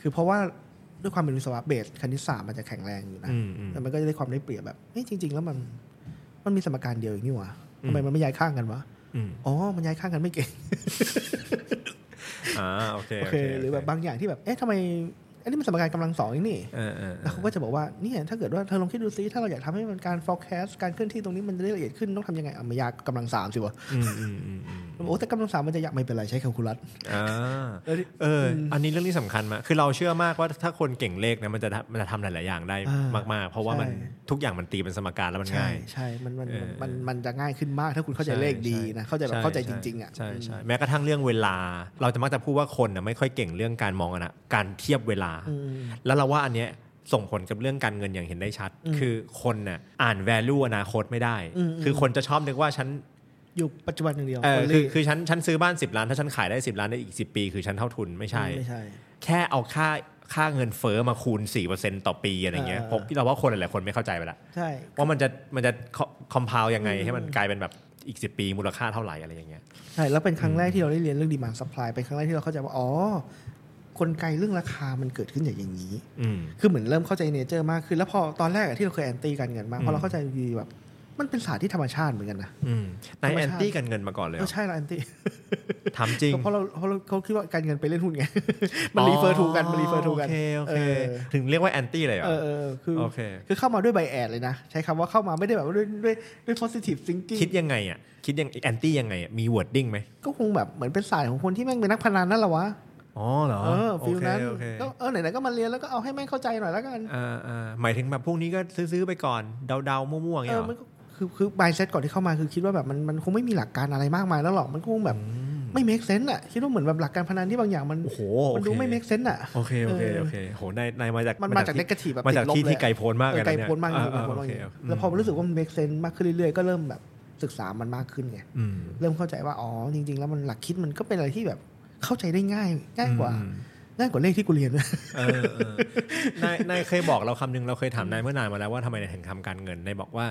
คือเพราะว่าด้วยความเป็นวิศวะเบสคณิตศาสตร์มันจะแข็งแรงอยู่นะ อืมอืม แต่มันก็จะได้ความได้เปรียบแบบเฮ้ยจริง ๆ แล้วมันมันมีสมการเดียวอย่างนี่หว่า อืม ทำไมมันไม่ย้ายข้างกันวะ อืม อ๋อมันย้ายข้างกันไม่เก่ง อ่าโอเค โอเค หรือแบบบางอย่างที่แบบเอ๊ะทำไมอันนี้มันสมการกำลังสองอย่างนี่ เออเออเอ แล้ว อ เขาก็จะบอกว่าเนี่ยถ้าเกิดว่าเธอลองคิดดูซิถ้าเราอยากทำให้มันการ forecast การเคลื่อนที่ตรงนี้มันจะได้ละเอียดขึ้นต้องทำยังไงอ่ะมันยากกำลังสามสิวะ อืมอืมอืมอืม โอ้แต่กำลังสามมันจะยากไม่เป็นไรใช้แคลคูลัส อ่า แล้วนี่ เอออ อันนี้เรื่องที่สำคัญมากคือเราเชื่อมากว่าถ้าคนเก่งเลขนะมันจะทำมันจะทำหลาย ๆ อย่างได้ อ่าม มาก ๆ เพราะว่ามัน ใช่ ทุกอย่างมันตีเป็นสมการแล้วมัน ใช่ ง่าย ใช่มันมัน เออ มันมันจะง่ายขึ้นมากถ้าคุณเข้าใจเลขดีนะเข้าใจแบบเข้าใจจริง ๆอ่ะ ใช่ใช่ อืม แม้กระทั่งเรื่องเวลา เราจะมักจะพูดว่าคนน่ะไม่ค่อยเก่งเรื่องการมองอนะการเทียบเวลา แล้วเราว่าอันเนี้ยส่งผลกับเรื่องการเงินอย่างเห็นได้ชัด อืม คือคนน่ะอ่าน value อนาคตไม่ได้ อืมอืม คือคนจะชอบนึกว่าฉัน อยู่ปัจจุบันอย่างเดียว เออ คน คื รี อบ คือฉันฉันซื้อบ้าน 10 ล้าน ถ้าฉันขายได้ 10 ล้านในอีก 10 ปี คือฉันเท่าทุนไม่ใช่ ไม่ใช่ แค่เอาค่าค่าเงินเฟอ้อมาคูณ 4%ต่อปีอะไรเงี้ย เออ ผมเราว่าคนหลายๆคนไม่เข้าใจไปละ ใช่ ว่ามันจะมันจะคอมเพลยังไง อืม ให้มันกลายเป็นแบบอีก 10 ปีมูลค่าเท่าไหร่อะไรอย่างเงี้ย ใช่ แล้วเป็นครั้งแรกที่เราได้เรียนเรื่องดีม n d ซั p พลายเป็นครั้งแรกที่เราเข้าใจว่า อ๋อ กลไกเรื่องราคามันเกิดขึ้นจากอย่างนี้ อืม คือเหมือนเริ่มเข้าใจเนเจอร์มากขึ้น แล้วพอตอนแรกอะที่เราเคยแอนตี้กันเงินมาก อืม พอเราเข้าใจดีๆแบบ มันเป็นศาสตร์ที่ธรรมชาติเหมือนกันนะ อืมนาย ธรรม แอ ชาติ นตี้กันเงินมาก่อนเลยเหร ก็ อ ใช่เราแอนตี้ ถามจริง เพราะเราเพราะเราเขาคิดว่าการเงินไปเล่นหุ้นไง มันรีเฟอร์ถูกกัน มันรีเฟอร์ถูกกัน โอเคโอเค เออ ถึงเรียกว่าแอนตี้เลยเหรอ เออเออคือ โอเค คือเข้ามาด้วยใบแอดเลยนะ ใช้คำว่าเข้ามาไม่ได้แบบว่าด้วยด้วยด้วย positive thinking คิดยังไงอ่ะ คิดยังแอนตี้ยังไงอ่ะ มีวอร์ดดิ้งไหม ก็คงแบบเหมือนเป็นศาสตร์ของคนที่แม่งเป็นนักพนันนั่นแหละวะ อ๋อเหรอ เออฟิลนั้น โอเค ก็เออไหนๆก็มาเรียนแล้วก็เอาให้แม่งเข้าใจหน่อยแล้วกัน อ่าอ่าหมายถึงแบบพวกนี้ก็ซื้อๆไปก่อน เดาๆ มั่วๆอย่าง เอ เงี้ย อ เหรอ มันก็คือคือ mindset ก่อนที่เข้ามาคือคิดว่าแบบมันมันคงไม่มีหลักการอะไรมากมายแล้วหรอกมันก็คงแบบ อืม ไม่ make sense อ่ะคิดว่าเหมือนแบบหลักการพนันที่บางอย่างมัน โอ้โห มันดูไม่ make sense อ่ะ โอเคโอเค เออ โอเคโหนายนายมาจาก มันมาจาก negative แบบ มา ติ จาก ดลบ ที่ เลย ที่ไกลโพ้นมาก เอ เล อย นะ ไกล เนี่ย โพ้นมาก อ่ ไกลโพ้อ่นมาก โอเคโอเค แล้วพอรู้สึกว่ามัน make sense มากขึ้นเรื่อยๆก็เริ่มแบบศึกษามันมากขึ้นไง อืม เริ่มเข้าใจว่าอ๋อจริง ๆ แล้วมันหลักคิดมันก็เป็นอะไรที่แบบเข้าใจได้ง่ายง่ายกว่า อืม ง่ายกว่าเลขที่กูเรียนนะ [LAUGHS] เออเออนายนายเคยบอกเราคำหนึงเราเคยถามนายเมื่อนานมาแล้วว่าทำไมนายถึงทำการเงินนายบอกว่า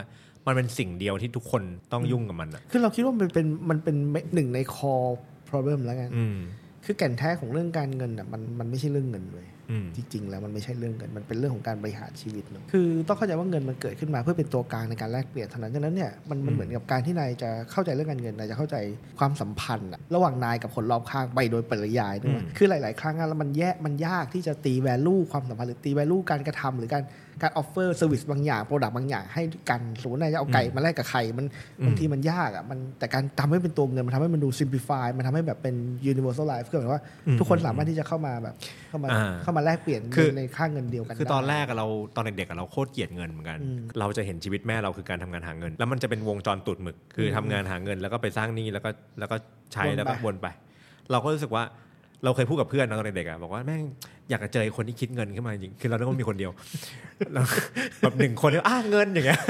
มันเป็นสิ่งเดียวที่ทุกคนต้องยุ่งกับมันอ่ะ คือเราคิดว่ามันเป็นมันเป็นหนึ่งใน core problem แล้วกัน อืม คือแก่นแท้ของเรื่องการเงินอ่ะมันมันไม่ใช่เรื่องเงินเลย อืม จริงๆ แล้วมันไม่ใช่เรื่องเงินมันเป็นเรื่องของการบริหารชีวิตเนอะคือต้องเข้าใจว่าเงินมันเกิดขึ้นมาเพื่อเป็นตัวกลางในการแลกเปลี่ยนเท่านั้นฉะนั้นเนี่ยมันมันเหมือนกับการที่นายจะเข้าใจเรื่องการเงินนายจะเข้าใจความสัมพันธ์อะระหว่างนายกับคนรอบข้างไปโดยปริยายนึกว่าคือหลาย ๆ ครั้งอะแล้วมันแยกมันยากที่จะตี value ความสัมพันธ์หรือตี value การกระทำหรือการการ offer service บางอย่าง product บางอย่างให้กันสมมตินายจะเอาไก่มาแลกกับไข่มัน บางทีมันยากอ่ะมันแต่การทำให้เป็นตัวเงิน มันทำให้มันดู simplify มันทำให้แบบเป็น universal life คือหมายความว่า อืม ทุกคน อืม สามารถที่จะเข้ามาแบบเข้ามา อ่า เข้ามาแลกเปลี่ยน คือ ในค่าเงินเดียวกัน คือตอน ได้ แรกอะเราตอนเด็กๆอะเราโคตรเกลียดเงินเหมือนกัน อืม เราจะเห็นชีวิตแม่เราคือการทำงานหาเงิน แล้วมันจะเป็นวงจรตุดหมึก คืออ ม ทำงานหาเงินแล้วก็ไปสร้างหนี้แล้วก็แล้วก็ใช้ วนไป แล้วก็วนไป เราก็รู้สึกว่าเราเคยพูดกับเพื่อนนะตอนเด็กๆอะบอกว่าแม่งอยากจะเจอคนที่คิดเงินขึ้นมาจริงคือเราต้องมีคนเดียวแล้วแบบหนึ่งคนแล้วอ้าเงินอย่างเงี้ย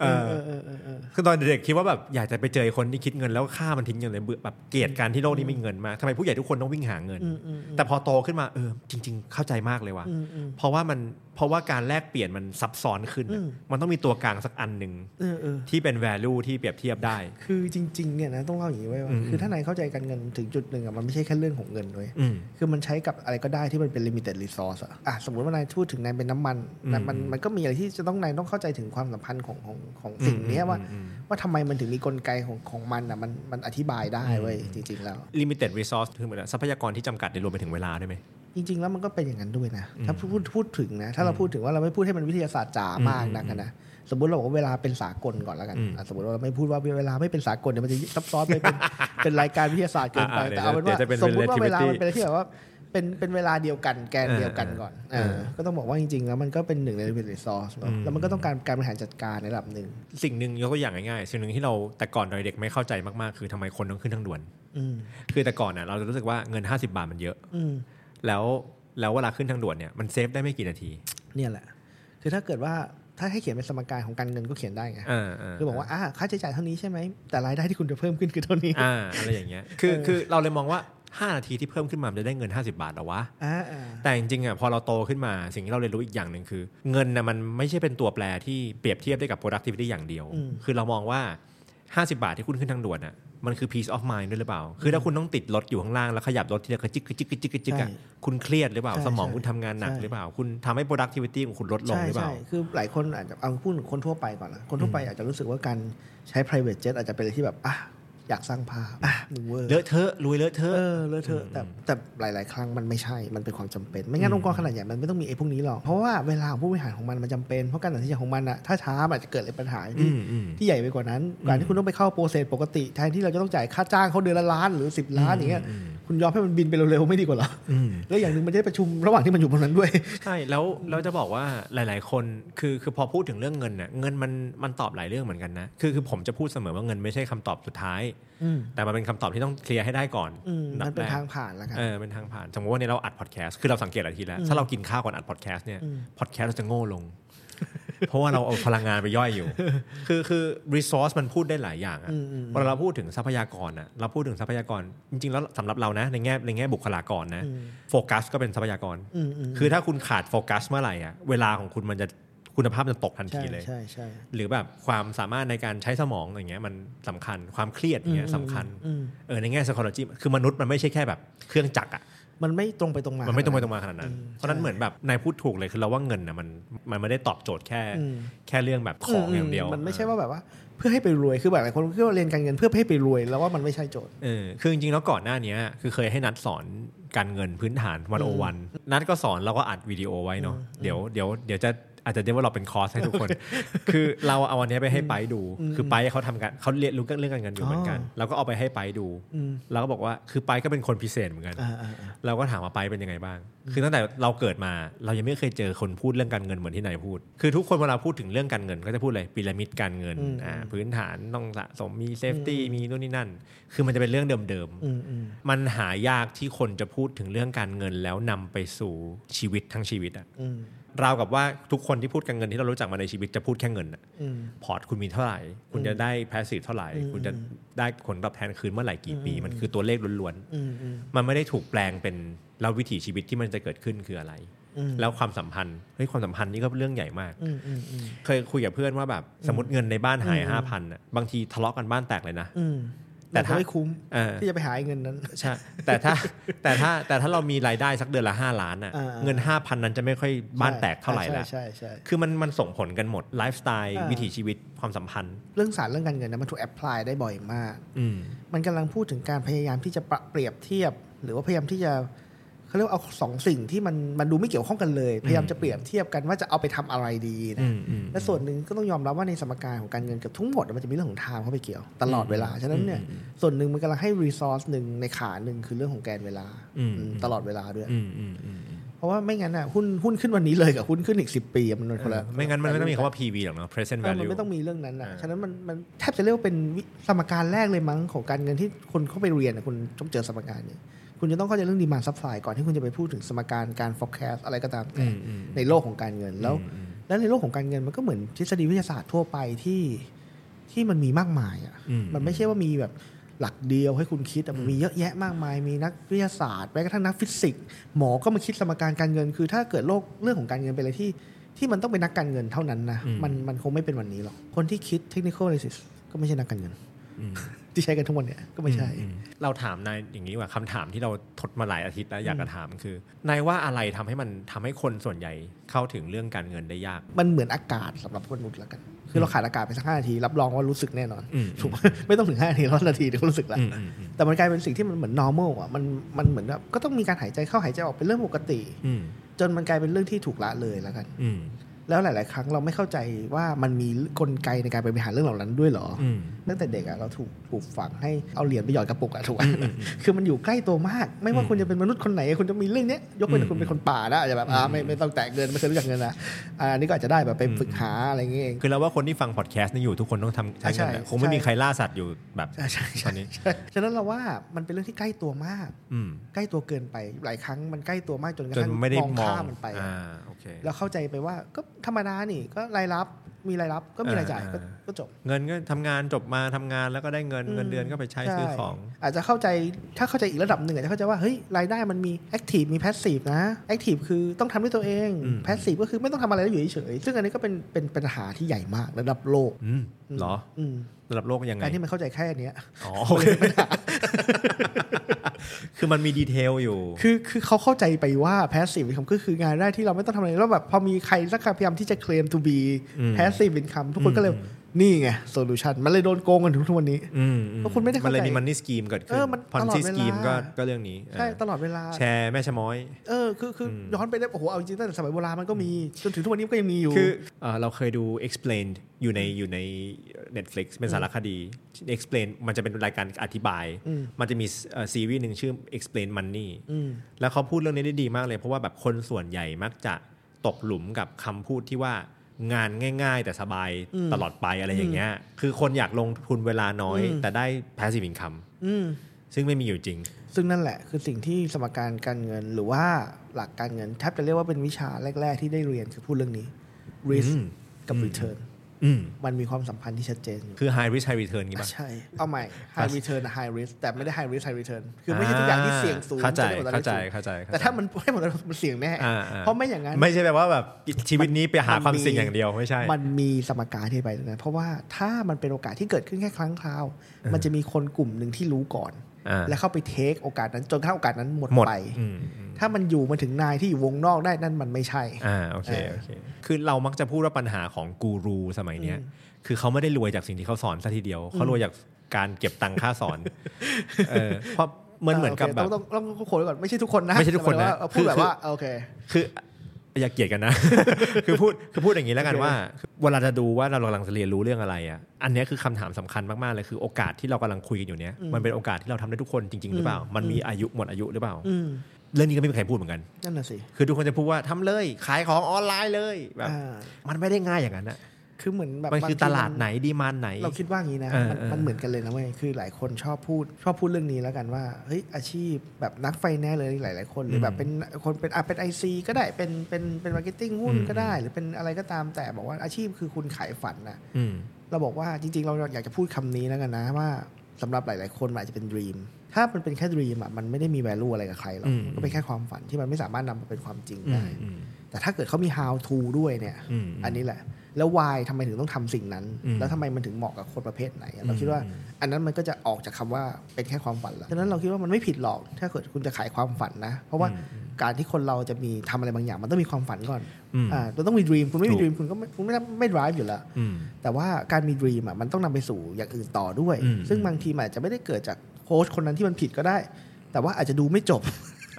เอ เอ อ อ เออเออเออเออ คือตอนเด็กๆคิดว่าแบบอยากจะไปเจอคนที่คิดเงินแล้วฆ่ามันทิ้งอย่างเลยเบื่อแบบเกลียดการที่โลกนี้มีเงินมากทำไมผู้ใหญ่ทุกคนต้องวิ่งหาเงิน อืมอืม แต่พอโตขึ้นมาเออจริง ๆ เข้าใจมากเลยว่ะ อืมอืม เพราะว่ามันเพราะว่าการแลกเปลี่ยนมันซับซ้อนขึ้นน่ะ อืม มันต้องมีตัวกลางสักอันหนึ่ง เออเออ ที่เป็น value ที่เปรียบเทียบได้ คือจริง ๆ เนี่ยนะต้องเล่าอย่างนี้ไว้ว่า อืม คือถ้านายเข้าใจการเงินถึงจุดหนึ่งอ่ะมันไม่ใช่แค่เรื่องของเงินเลย อืม คือมันใช้กับ อะไรก็ได้ที่มันเป็น limited resource อะอ่ะสมมติว่านายพูดถึงนายเป็นน้ำมัน อืม นายมันมันก็มีอะไรที่จะต้องนายต้องเข้าใจถึงความสัมพันธ์ของของของสิ่งเนี้ยว่า อืม ว่าทำไมมันถึงมีกลไกของของมันอ่ะมันมันอธิบายได้เว้ยจริง ๆ แล้ว limited resource คือเหมือนทรัพยากรที่จำกัดในรวมไปถึงเวลาด้วยไหม จริง ๆ แล้วมันก็เป็นอย่างนั้นด้วยนะ ถ้าพูดพูดถึงนะ ถ้าเราพูดถึงว่าเราไม่พูดให้มันวิทยาศาสตร์จ๋ามากนักอะนะสมมติเราบอกว่าเวลาเป็นสากลก่อนแล้วกัน อืม อ่ะสมมติว่าเราไม่พูดว่าเวลาไม่เป็นสากลเดี๋ยวมันจะซับซ้อนไปเป็น เป็นรายการวิทยาศาสตร์เกินไป อ่าๆ แต่เอาเป็นว่า เดี๋ยวจะเป็น สมมติว่าเวลา relativity มันเป็นที่แบบว่าเป็นเป็นเวลาเดียวกันแกนเดียวกันก่อน อ่าๆ เออก็ต้องบอกว่าจริง ๆ แล้วมันก็เป็นหนึ่งใน limited resource เนอะ อืม แล้วมันก็ต้องการการบริหารจัดการในระดับหนึ่ง สิ่งหนึ่งยกตัวอย่างง่ายๆ สิ่งหนึ่งที่เราแต่ก่อนตอนเด็กไม่เข้าใจมากๆ คือทำไมคนต้องขึ้นทางด่วน อืม คือแต่ก่อนน่ะเราจะรู้สึกว่าเงิน 50 บาทมันเยอะ อืม แล้วแล้วเวลาขึ้นทางด่วนเนี่ยมันเซฟได้ไม่กี่นาที เนี่ยแหละ คือถ้าเกิดว่าถ้าให้เขียนเป็นสมการของการเงินก็เขียนได้ไง อ่าๆ คือบอกว่าอ่ะค่าใช้จ่ายเท่านี้ใช่ไหม แต่รายได้ที่คุณจะเพิ่มขึ้นคือเท่านี้ อ่าอะไรอย่างเงี้ยคือคือเราเลยมองว่า 5 นาทีที่เพิ่มขึ้นมามันจะได้เงิน 50 บาทเหรอวะ อ่าอ่า แต่จริงๆอ่ะพอเราโตขึ้นมาสิ่งที่เราเรียนรู้อีกอย่างหนึ่งคือ เงินนะมันไม่ใช่เป็นตัวแปรที่เปรียบเทียบได้กับ productivity อย่างเดียว คือเรามองว่า 50 บาทที่คุณขึ้นทางด่วนอ่ะมันคือ peace of mind ด้วยหรือเปล่า คือถ้าคุณต้องติดรถอยู่ข้างล่างแล้วขยับรถทีละกระจิกกระจิกกระจิกกระจิกอ่ะคุณเครียดหรือเปล่า สมองคุณทำงานหนักหรือเปล่า คุณทำให้ productivity ของคุณลดลง ใช่ หรือเป ใช่ ล่า คือหลายคนอาจจะเอาพูดถึงคนทั่วไปก่อนนะคนทั่วไปอาจจะรู้สึกว่าการใช้ private jet อาจจะเป็นอะไรที่แบบอ่ะอยากสร้างภาพอ่ะมึงเวอร์ เลอะเทอะรวยเลอะเท เอ อะ อเลอะเทอะแต่แต่หลาย ๆ ครั้งมันไม่ใช่ มันเป็นความจำเป็น ไม่งั้นองค์กรขนาดใหญ่มันไม่ต้องมีไอ้พวกนี้หรอก เพราะว่าเวลาของผู้บริหารของมันมันจำเป็น เพราะการตัดสินใจของมันอะถ้าช้ามันอาจจะเกิดอะไรปัญหาที่ อืมอืม ที่ใหญ่ไปกว่านั้นการที่คุณต้องไปเข้าโปรเซสปกติแทนที่เราจะต้องจ่ายค่าจ้างเขาเดือนละล้านหรือ 10 ล้านอย่างเงี้ย คุณยอมให้มันบินไปเร็วๆไม่ดีกว่าเหรออ ม แล้วอย่างหนึ่งมันจะได้ประชุมระหว่างที่มันอยู่บนนั้นด้วย ใช่แล้วเราจะบอกว่าหลาย ๆ คนคือคือพอพูดถึงเรื่องเงินน่ะเงินมันมันตอบหลายเรื่องเหมือนกันนะคือคือผมจะพูดเสมอว่าเงินไม่ใช่คำตอบสุดท้าย แต่มันเป็นคำตอบที่ต้องเคลียร์ให้ได้ก่อน อืม อัดับ มันเป็น แรก ทางผ่านแล้วกัน เออเป็นทางผ่าน สมมติว่าเนี่ยเราอัดพอดแคสต์คือเราสังเกตหลายทีแล้ว ถ้าเรากินข้าวก่อนอัดพอดแคสต์เนี่ยพอดแคสต์เราจะโง่ลง เพราะว่าเราเอาพลังงานไปย่อยอยู่ คือคือรีซอสมันพูดได้หลายอย่างอะ อืมอืม เวลาเราพูดถึงทรัพยากรอะเราพูดถึงทรัพยากรจริง ๆ แล้วสำหรับเรานะในแง่ในแง่บุคลากรนะโฟกัสก็เป็นทรัพยากร อืมอืม คือถ้าคุณขาดโฟกัสเมื่อไหร่อ่ะเวลาของคุณมันจะคุณภาพจะตกทัน ใช่ ทีเลย ใช่ใช่ หรือแบบความสามารถในการใช้สมองอย่างเงี้ยมันสำคัญความเครียดอย่างเงี้ยสำคัญ อืม เออในแง่ psychology คือมนุษย์มันไม่ใช่แค่แบบเครื่องจักรอ่ะ มันไม่ตรงไปตรงมา มันไม่ตรงไปตรงมาขนาดนั้น อืม เพราะฉะนั้นเหมือนแบบนายพูดถูกเลยคือเราว่าเงินน่ะมันมันไม่ได้ตอบโจทย์แค่ อืม แค่เรื่องแบบของอย่างเดียว มันไม่ใช่ว่าแบบว่าเพื่อให้ไปรวยคือแบบหลายคนคิดว่าเรียนการเงินเพื่อให้ไปรวยแล้วว่ามันไม่ใช่โจทย์ เออคือจริงๆแล้วก่อนหน้าเนี้ยคือเคยให้นัดสอนการเงินพื้นฐานวันโอวันนัดก็สอนเราก็อัดวิดีโอไว้เนาะเดี๋ยวเดี๋ยวเดี๋ยวจะอาจจะเรียกว่าเราเป็นคอร์สให้ทุก [LAUGHS] คน คือเราเอาอันเนี้ยไปให้ไปดู คือไปเขาทำกันเขาเรียนรู้เรื่องการเงินอยู่เหมือนกัน อ๋อ เราก็เอาไปให้ไปดู อืม เราก็บอกว่าคือไปก็เป็นคนพิเศษเหมือนกัน อ่าอ่าอ่า เราก็ถามว่าไปเป็นยังไงบ้าง คือตั้งแต่เราเกิดมาเรายังไม่เคยเจอคนพูดเรื่องการเงินเหมือนที่นายพูด คือทุกคนเวลาพูดถึงเรื่องการเงิน ก็จะพูดเลยพีระมิดการเงินอ่าพื้นฐานต้องสะสมมีเซฟตี้มีนู่นนี่นั่น คือมันจะเป็นเรื่องเดิม อืมอืม ๆ มันหายากที่คนจะพูดถึงเรื่องการเงินแล้วนำไปสู่ชีวิตทั้งชีวิตอะ อืม ราวกับว่าทุกคนที่พูดการเงินที่เรารู้จักมาในชีวิตจะพูดแค่เงินอะ อืม พอร์ตคุณมีเท่าไหร่ คุณจะได้แพสซีฟเท่าไหร่ อืม คุณจะได้ผลตอบแทนคืนเมื่อไหร่กี่ปี มันคือตัวเลขล้วนๆ อืมอืม มันไม่ได้ถูกแปลงเป็นเราวิถีชีวิตที่มันจะเกิดขึ้นคืออะไร อืม แล้วความสัมพันธ์เฮ้ยความสัมพันธ์นี่ก็เรื่องใหญ่มาก อืมอืมอืม เคยคุยกับเพื่อนว่าแบบสมมติเงินในบ้านหายห้าพันอ่ะบางทีทะเลาะกันบ้านแตกเลยนะ อืม แต่ แต่ถ้า ถ้า ไม่คุ้ม เออ ที่จะไปหาไอ้เงินนั้น ใช่แต่ถ้า [LAUGHS] แต่ถ้าแต่ถ้าเรามีรายได้สักเดือนละห้าล้านอ่ะ อ่า เงินห้าพันนั้นจะไม่ค่อยบ้านแตกเท่าไหร่ละ ใช่ใช่ใช่ คือมันมันส่งผลกันหมดไลฟ์สไตล์ อ่า วิถีชีวิตความสัมพันธ์ เรื่องสารเรื่องการเงินนะมันถูกแอพพลายได้บ่อยมาก อืม มันกำลังพูดถึงการพยายามที่จะประเปรียบเทียบ หรือว่าพยายามที่จะเขาเรียกว่าเอาสองสิ่งที่มันมันดูไม่เกี่ยวข้องกันเลย พยายามจะเปรียบเทียบกันว่าจะเอาไปทำอะไรดีนะ อืมอืม และส่วนหนึ่งก็ต้องยอมรับว่าในสมการของการเงินเกับทั้งหมดมันจะมีเรื่องของไทม์เข้าไปเกี่ยวตลอดเวลาฉะนั้นเนี่ยส่วนหนึ่งมันกำลังให้รีซอสหนึ่งในขาหนึ่งคือเรื่องของแกนเวลา อืม อืมตลอดเวลาด้วย อืมอืมอืมอืม เพราะว่าไม่งั้นอ่ะหุ้นหุ้นขึ้นวันนี้เลยกับหุ้นขึ้นอีกสิบปีอะมันเป็นคนละ ไม่งั้นมันไม่ต้องมีคำว่า PV หรอกเนาะ present เออมัน value ไม่ต้องมีเรื่องนั้นนะ อ่า ฉะนั้นมันมันแทบจะเรียกว่าเป็นวิสมการแรกเลยมั้งของการเงินที่คนเข้าไปเรียนอะคุณต้องเจอสมการนี้คุณจะต้องเข้าใจเรื่องดีมานซับไ y ก่อนที่คุณจะไปพูดถึงสมการการ forecast อะไรก็ตามแต่ อืมอืม ในโลกของการเงินแล้ว อืม และในโลกของการเงินมันก็เหมือนทฤษฎีวิทยาศาสตร์ทั่วไปที่ที่มันมีมากมายอ่ะ อื มันไม่ใช่ว่ามีแบบหลักเดียวให้คุณคิดแต่มันมีเยอะแยะมากมาย มีนักวิทยาศาสตร์แม้กระทั่งนักฟิสิกส์หมอก็มาคิดสมการการเงิน คือถ้าเกิดโลกเรื่องของการเงินเป็นอะไรที่ ที่มันต้องเป็นนักการเงินเท่านั้นนะ อืม มันมันคงไม่เป็นวันนี้หรอก คนที่คิด technical analysis ก็ไม่ใช่นักการเงิน ที่ใช้กันทุกวันเนี่ยก็ไม่ใช่ อืมเราถามนายอย่างนี้ดีกว่าคำถามที่เราทดมาหลายอาทิตย์แล้วอยากจะถามคือนายว่าอะไรทำให้มันทำให้คนส่วนใหญ่เข้าถึงเรื่องการเงินได้ยาก มันเหมือนอากาศสำหรับมนุษย์ละกัน คือเราขาดอากาศไปสักห้านาที รับรองว่ารู้สึกแน่นอน อืม ถูกไหมไม่ต้องถึงห้านาทีร้อนาทีเดี๋ยวก็รู้สึกละ อืมอืมอืม แต่มันกลายเป็นสิ่งที่มันเหมือน normal อ่ะ มัน มันเหมือนแบบก็ต้องมีการหายใจเข้าหายใจออกเป็นเรื่องปกติ อืม จนมันกลายเป็นเรื่องที่ถูกละเลยแล้วกัน อืม แล้วหลาย ๆ ครั้งเราไม่เข้าใจว่ามันมีกลไกในการบริหารเรื่องเหล่านั้นด้วยเหรอ อืม ตั้งแต่เด็กอะเราถูกปลูกฝังให้เอาเหรียญไปหยอดกระปุกอะถูกไหม อืมอืมอืม คือมันอยู่ใกล้ตัวมาก ไม่ว่า อืม คุณจะเป็นมนุษย์คนไหนคุณจะมีเรื่องเนี้ยยกเว้น อืม แต่คุณเป็นคนป่านะอาจจะแบบอ่าไม่ไม่ต้องแตะเงินไม่เคยรู้จักเงินนะอ่าอันนี้ก็อาจจะได้แบบไป อืม ฝึกหาอะไรอย่างเงี้ย [LAUGHS] เอง คือเราว่าคนที่ฟังพอดแคสต์นี่อยู่ทุกคนต้องทำใช้เงินแหละ ใช่ คงไม่มี ใช่ ใครล่าสัตว์อยู่แบบ ใช่ใช่ ตอนนี้ ฉะนั้นเราว่ามันเป็นเรื่องที่ใกล้ตัวมาก อืม ใกล้ตัวเกินไปหลายครั้งมันใกล้ตัวมากจนกระ จน ทั่ง ไม่ได้ มอง มอง ข้ามมันไป อ่าโอเค แล้วเข้าใจไปว่าก็ธรรมดานี่ก็รายรับมีรายรับก็มีรายจ่ายก็ อ่า ก็จบ เงินก็ทำงานจบมาทำงานแล้วก็ได้เงิน อืม เงินเดือนก็ไปใช้ซื้อของ อาจจะเข้าใจถ้าเข้าใจอีกระดับหนึ่งอาจจะเข้าใจว่าเฮ้ยรายได้มันมีแอคทีฟมีพาสซีฟนะแอคทีฟคือต้องทำด้วยตัวเอง อืม พาสซีฟก็คือไม่ต้องทำอะไรแล้วอยู่เฉยๆซึ่งอันนี้ก็เป็นเป็นปัญหาที่ใหญ่มากระดับโลก อืมเหรอ อืม ระดับโลกยังไง การที่มันเข้าใจแค่เนี้ย อ๋อโอเค [LAUGHS] คือมันมีดีเทลอยู่ คือคือเขาเข้าใจไปว่าพาสซีฟ income ก็คืองานได้ที่เราไม่ต้องทำอะไรแล้วแบบพอมีใครสักคนพยายามที่จะเคลม to be อืม passive income ทุกคนก็เลยนี่ไงโซลูชันมันเลยโดนโกงกันถึงทุกวันนี้ อืมอื เพราะคุณไม่ได้เข้านใจเลยมีมันนี่สกีมเกิดขึ้ เอน อมัน พอน ตลอด ซี เว ส ลา กีมก็ก็เรื่องนี้ ใช่ เออ ตลอดเวลา แชร์แม่ชะม้อย เออคือคืออ ม ย้อนไปได้โอ้โหเอาจริงๆตั้งแต่สมัยโบราณมันก็มีจนถึงทุกวันนี้มันก็ยังมีอยู่ คือเอ่อเราเคยดู explain อยู่ในอยู่ใน Netflix เป็นสารคดี explain มันจะเป็นรายการอธิบาย อืม มันจะมีเอ่อซีรีส์หนึ่งชื่อ explain money ม แล้วเขาพูดเรื่องนี้ได้ดีมากเลย เพราะว่าแบบคนส่วนใหญ่มักจะตกหลุมกับคำพูดที่ว่างานง่าย ๆ แต่สบาย อืม ตลอดไปอะไรอย่างเงี้ยคือคนอยากลงทุนเวลาน้อย อืม แต่ได้ passive income อืม ซึ่งไม่มีอยู่จริง ซึ่งนั่นแหละคือสิ่งที่สมการการเงินหรือว่าหลักการเงินแทบจะเรียกว่าเป็นวิชาแรก ๆ ที่ได้เรียนคือพูดเรื่องนี้ risk อืม กับ return อืม มันมีความสัมพันธ์ที่ชัดเจนอยู่ คือ high risk high return งี้ป่ะ ใช่ เอาใหม่ high return อะ high risk แต่ไม่ได้ high risk high return คือไม่ใช่ทุกอย่างที่เสี่ยงสูง เข้าใจ ไม่ได้หมดอะไร เข้าใจ สูง เข้าใจเข้ใจ แต่ถ้ามัน [LAUGHS] ให้หมดแล้วมันเสี่ยงแน่ อ่อ่ เพราะไม่อย่างนั้น ไม่ใช่แบบว่าแบบชีวิตนี้ไปหาความเสี่ยง มันมี อย่างเดียวไม่ใช่ มันมีสมการที่ไปตรงนั้นเพราะว่าถ้ามันเป็นโอกาสที่เกิดขึ้นแค่ครั้งคราว มันจะมีคนกลุ่มหนึ่งที่รู้ก่อน อ่า แล้วเข้าไปเทคโอกาสนั้นจนถ้าโอกาสนั้นหมด หมด ไป อืมอืม ถ้ามันอยู่มาถึงนายที่อยู่วงนอกได้นั่นมันไม่ใช่ อ่าโอเค เออ โอเคคือเรามักจะพูดว่าปัญหาของกูรูสมัยเนี้ย อืม คือเขาไม่ได้รวยจากสิ่งที่เขาสอนซะทีเดียว เขารวยจากการเก็บตังค่าส [LAUGHS] อนเออเพราะมันเหมือนกับแบบ โคต้องต้องต้องโคดก่อนไม่ใช่ทุกคนนะ ไม่ใช่ทุกคนนะ แต่ว่าพูดแบบ คือ ว่าโอเค คืออย่าเกลียดกันนะ [LAUGHS] คือพูดคือพูดอย่างนี้แล้วกัน โอเค ว่า เวลาจะดูว่าเรากำลังจะเรียนรู้เรื่องอะไรอ่ะอันเนี้ยคือคำถามสำคัญมากๆเลยคือโอกาสที่เรากำลังคุยกันอยู่เนี้ยมันเป็นโอกาสที่เราทำได้ทุกคนจริงๆหรือเปล่า มันมีอายุหมดอายุหรือเปล่า อืม เรื่องนี้ก็ไม่มีใครพูดเหมือนกัน นั่นน่ะสิ คือทุกคนจะพูดว่าทำเลย ขายของออนไลน์เลยแบบ อ่า มันไม่ได้ง่ายอย่างนั้นนะ คือเหมือนแบบ มันคือ ที ตลาดไหนดีมานไหน เราคิดว่างี้นะ เออ มัน เออ มันเหมือนกันเลยนะเว้ยคือหลายคนชอบพูด ชอบพูดเรื่องนี้แล้วกันว่าเฮ้ยอาชีพแบบนักไฟแนนซ์เลยหลาย ๆ คนหรือแบบเป็นคนเป็นอ่ะเป็นไอซีก็ได้เป็นเป็นเป็นมาร์เก็ตติ้งหุ้นก็ได้ หรือเป็นอะไรก็ตามแต่บอกว่าอาชีพคือคุณขายฝันนะ อืม เราบอกว่าจริงๆ เราอยากจะพูดคำนี้แล้วกันนะว่าสำหรับหลายๆ คนมันอาจจะเป็นดีมถ้ามันเป็นแค่ดีมอ่ะมันไม่ได้มี value อะไรกับใครหรอก อืม มันก็เป็นแค่ความฝันที่มันไม่สามารถนำมาเป็นความจริง อื ได้ มอืม แต่ถ้าเกิดเขามี how to ด้วยเนี่ย อืม อันนี้แหละ แล้ว why ทำไมถึงต้องทำสิ่งนั้น อืม แล้วทำไมมันถึงเหมาะกับคนประเภทไหนอะ อืม เราคิดว่า อืม อันนั้นมันก็จะออกจากคำว่าเป็นแค่ความฝันแล้วฉะนั้นเราคิดว่ามันไม่ผิดหรอกถ้าเกิดคุณจะขายความฝันนะ เพราะว่าการที่คนเราจะมีทำอะไรบางอย่างมันต้องมีความฝันก่อน อืม อ่าเราต้องมี dream คุณไม่มี dream คุณก็ไม่คุณไม่ไม่ drive อยู่แล้ว อืม แต่ว่าการมีด e ีมอ่ะมันต้องนำไปสู่อย่างอื่นต่อด้วย อืม ซึ่งบางทีมันอาจจะไม่ได้เกิดจากโค้ชคนนั้นที่มันผิดก็ได้ แต่ว่าอาจจะดูไม่จบ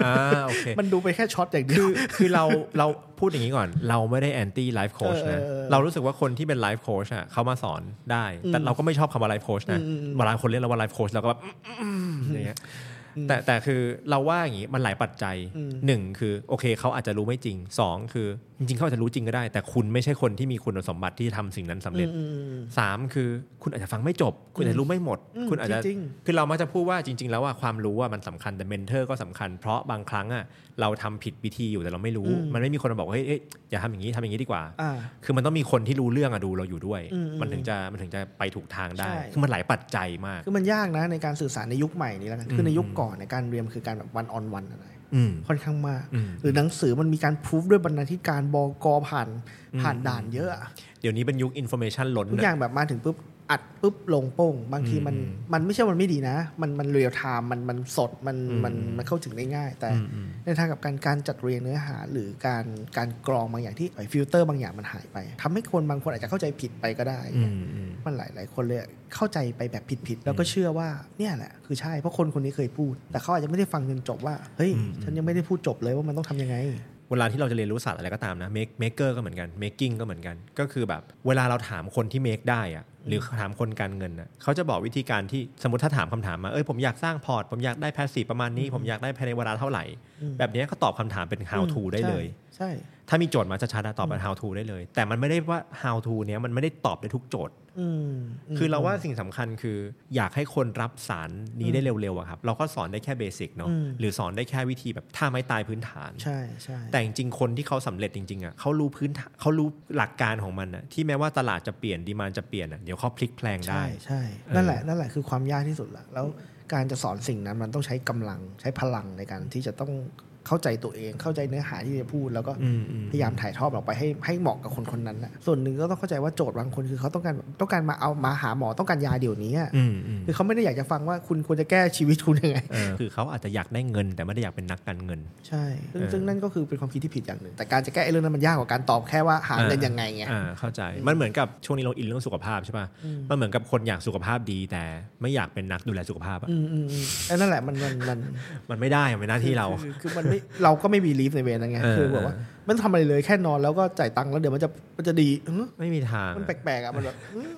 อ่าโอเค มันดูไปแค่ช็อตอย่างเดี คื ยว อคือเราเราพูดอย่างนี้ก่อน เราไม่ได้แอนตี้ไลฟ์โค้ชนะ เออ เรารู้สึกว่าคนที่เป็นไลฟ์โค้ชอ่ะเขามาสอนได้ แต่เราก็ไม่ชอบคำว่าไลฟ์โค้ชนะ อืมอืม เวลาคนเรียกเราว่าไลฟ์โค้ชเราก็แบบอืมอย่างเงี้ยแต่แต่คือเราว่าอย่างนี้มันหลายปัจจัยหนึ่งคือโอเคเขาอาจจะรู้ไม่จริงสองคือ จริงๆเขาอาจจะรู้จริงก็ได้ แต่คุณไม่ใช่คนที่มีคุณสมบัติที่จะทำสิ่งนั้นสำเร็จ อืม สามคือคุณอาจจะฟังไม่จบ คุณอาจจะรู้ไม่หมด อืม คุณอาจจะ จริง คือเรามักจะพูดว่าจริง ๆ แล้วว่าความรู้ว่ามันสำคัญแต่เมนเทอร์ก็สำคัญ เพราะบางครั้งอ่ะเราทำผิดวิธีอยู่แต่เราไม่รู้ มันไม่มีคนมาบอกว่าเฮ้ยเอ้ยอย่าทำอย่างนี้ทำอย่างนี้ดีกว่า อ่า คือมันต้องมีคนที่รู้เรื่องอะดูเราอยู่ด้วย อืมอืม มันถึงจะมันถึงจะไปถูกทางได้ ใช่ คือมันหลายปัจจัยมาก คือมันยากนะในการสื่อสารในยุคใหม่นี้แล้วกันคือในยุคก่อนในยการเรียนคือการแบบวันออนวันอะไร อืม ค่อนข้างมาก อืม หรือหนังสือมันมีการพูฟด้วยบรรณาธิการบกผ่านผ่านด่านเยอะอะ เดี๋ยวนี้เป็นยุคอินโฟเมชันล้น ทุก อะ อย่างแบบมาถึงปุ๊บ อัดปุ๊บลงโป้ง บางทีมัน อืม มันไม่ใช่มันไม่ดีนะ มันมันเรียลไทม์มันมันสดมัน อืม มันมันเข้าถึงได้ง่าย แต่ อืมอืม ในทางกลับการการจัดเรียงเนื้อหา หรือการการกรองบางอย่างที่ฟิลเตอร์บางอย่างมันหายไปทำให้คนบางคนอาจจะเข้าใจผิดไปก็ได้ อืมอืม มันหลายหลายๆคนเลยเข้าใจไปแบบผิดๆแล้วก็เชื่อว่าเนี่ยแหละคือใช่เพราะคนคนนี้เคยพูด แต่เขาอาจจะไม่ได้ฟังจนจบว่าเฮ้ย อืม ฉันยังไม่ได้พูดจบเลยว่ามันต้องทำยังไง เวลาที่เราจะเรียนรู้ศาสตร์อะไรก็ตามนะ make maker ก็เหมือนกัน making ก็เหมือนกัน ก็คือแบบเวลาเราถามคนที่ make ได้อะหรือถามคนการเงินอะเขาจะบอกวิธีการที่สมมติถ้าถามคำถามมา เอ้ยผมอยากสร้างพอร์ต ผมอยากได้ passive ประมาณนี้ ผมอยากได้ภายในเวลาเท่าไหร่ อืม แบบเนี้ยเขาตอบคำถามเป็น how to ได้เลย ใช่ใช่ ถ้ามีโจทย์มาจะชาดาตอบเป็น how to ได้เลย แต่มันไม่ได้ว่า how to เนี้ยมันไม่ได้ตอบได้ทุกโจทย์ อืมม คือเราว่าสิ่งสำคัญคืออยากให้คนรับสารนี้ได้เร็วๆอะครับ เราก็สอนได้แค่เบสิกเนาะ อืม หรือสอนได้แค่วิธีแบบท่าไม้ตายพื้นฐาน ใช่ใช่ แต่จริงๆ คนที่เขาสำเร็จจริงๆอ่ะเขารู้พื้นฐานเขารู้หลักการของมันอ่ะที่แม้ว่าตลาดจะเปลี่ยนดีมานจะเปลี่ยนอ่ะเดี๋ยวเขาพลิกแพลงได้ ใช่ใช่ เออ นั่นแหละนั่นแหละคือความยากที่สุดละแล้วการจะสอนสิ่งนั้นมันต้องใช้กำลังใช้พลังในการที่จะต้องเข้าใจตัวเอง เข้าใจเนื้อหาที่จะพูดแล้วก็ อืมอืม พยายามถ่ายทอดออกไปให้ให้เหมาะกับคนคนนั้นนะส่วนหนึ่งก็ต้องเข้าใจว่าโจทย์บางคนคือเขาต้องการแบบต้องการมาเอามาหาหมอต้องการยาเดี๋ยวนี้อะ อืมอืม คือเขาไม่ได้อยากจะฟังว่าคุณควรจะแก้ชีวิตคุณยังไง เออคือเขาอาจจะอยากได้เงิน แต่ไม่ได้อยากเป็นนักการเงิน ใช่ซึ่ง เออ ซึ่งนั่นก็คือเป็นความคิดที่ผิดอย่างหนึ่ง แต่การจะแก้ไอ้เรื่องนั้นมันยากกว่าการตอบแค่ว่าหาเงินยังไงไง อ่าเข้าใจมันเหมือนกับช่วงนี้เราอินเรื่องสุขภาพใช่ป่ะ อืม มันเหมือนกับคนอยากสุขภาพดีแต่ไม่อยากเป็นนักดูแลสุขภาพอ่ะ อืมอืมอืมไอ้นั่นแหละมันมันมัน มันไม่ได้มันเป็นหน้าที่เรา [LAUGHS] คือคือมันไม่เราก็ไม่มีลีฟในเวรนั้นไง เออ คือแบบว่าไมันทำอะไรเลยแค่นอนแล้วก็จ่ายตังค์แล้วเดี๋ยวมันจะมันจะดีอื้อ ไม่มีทาง มัน อะ แปลกๆอ่ะมันแบบอื้ [LAUGHS] อ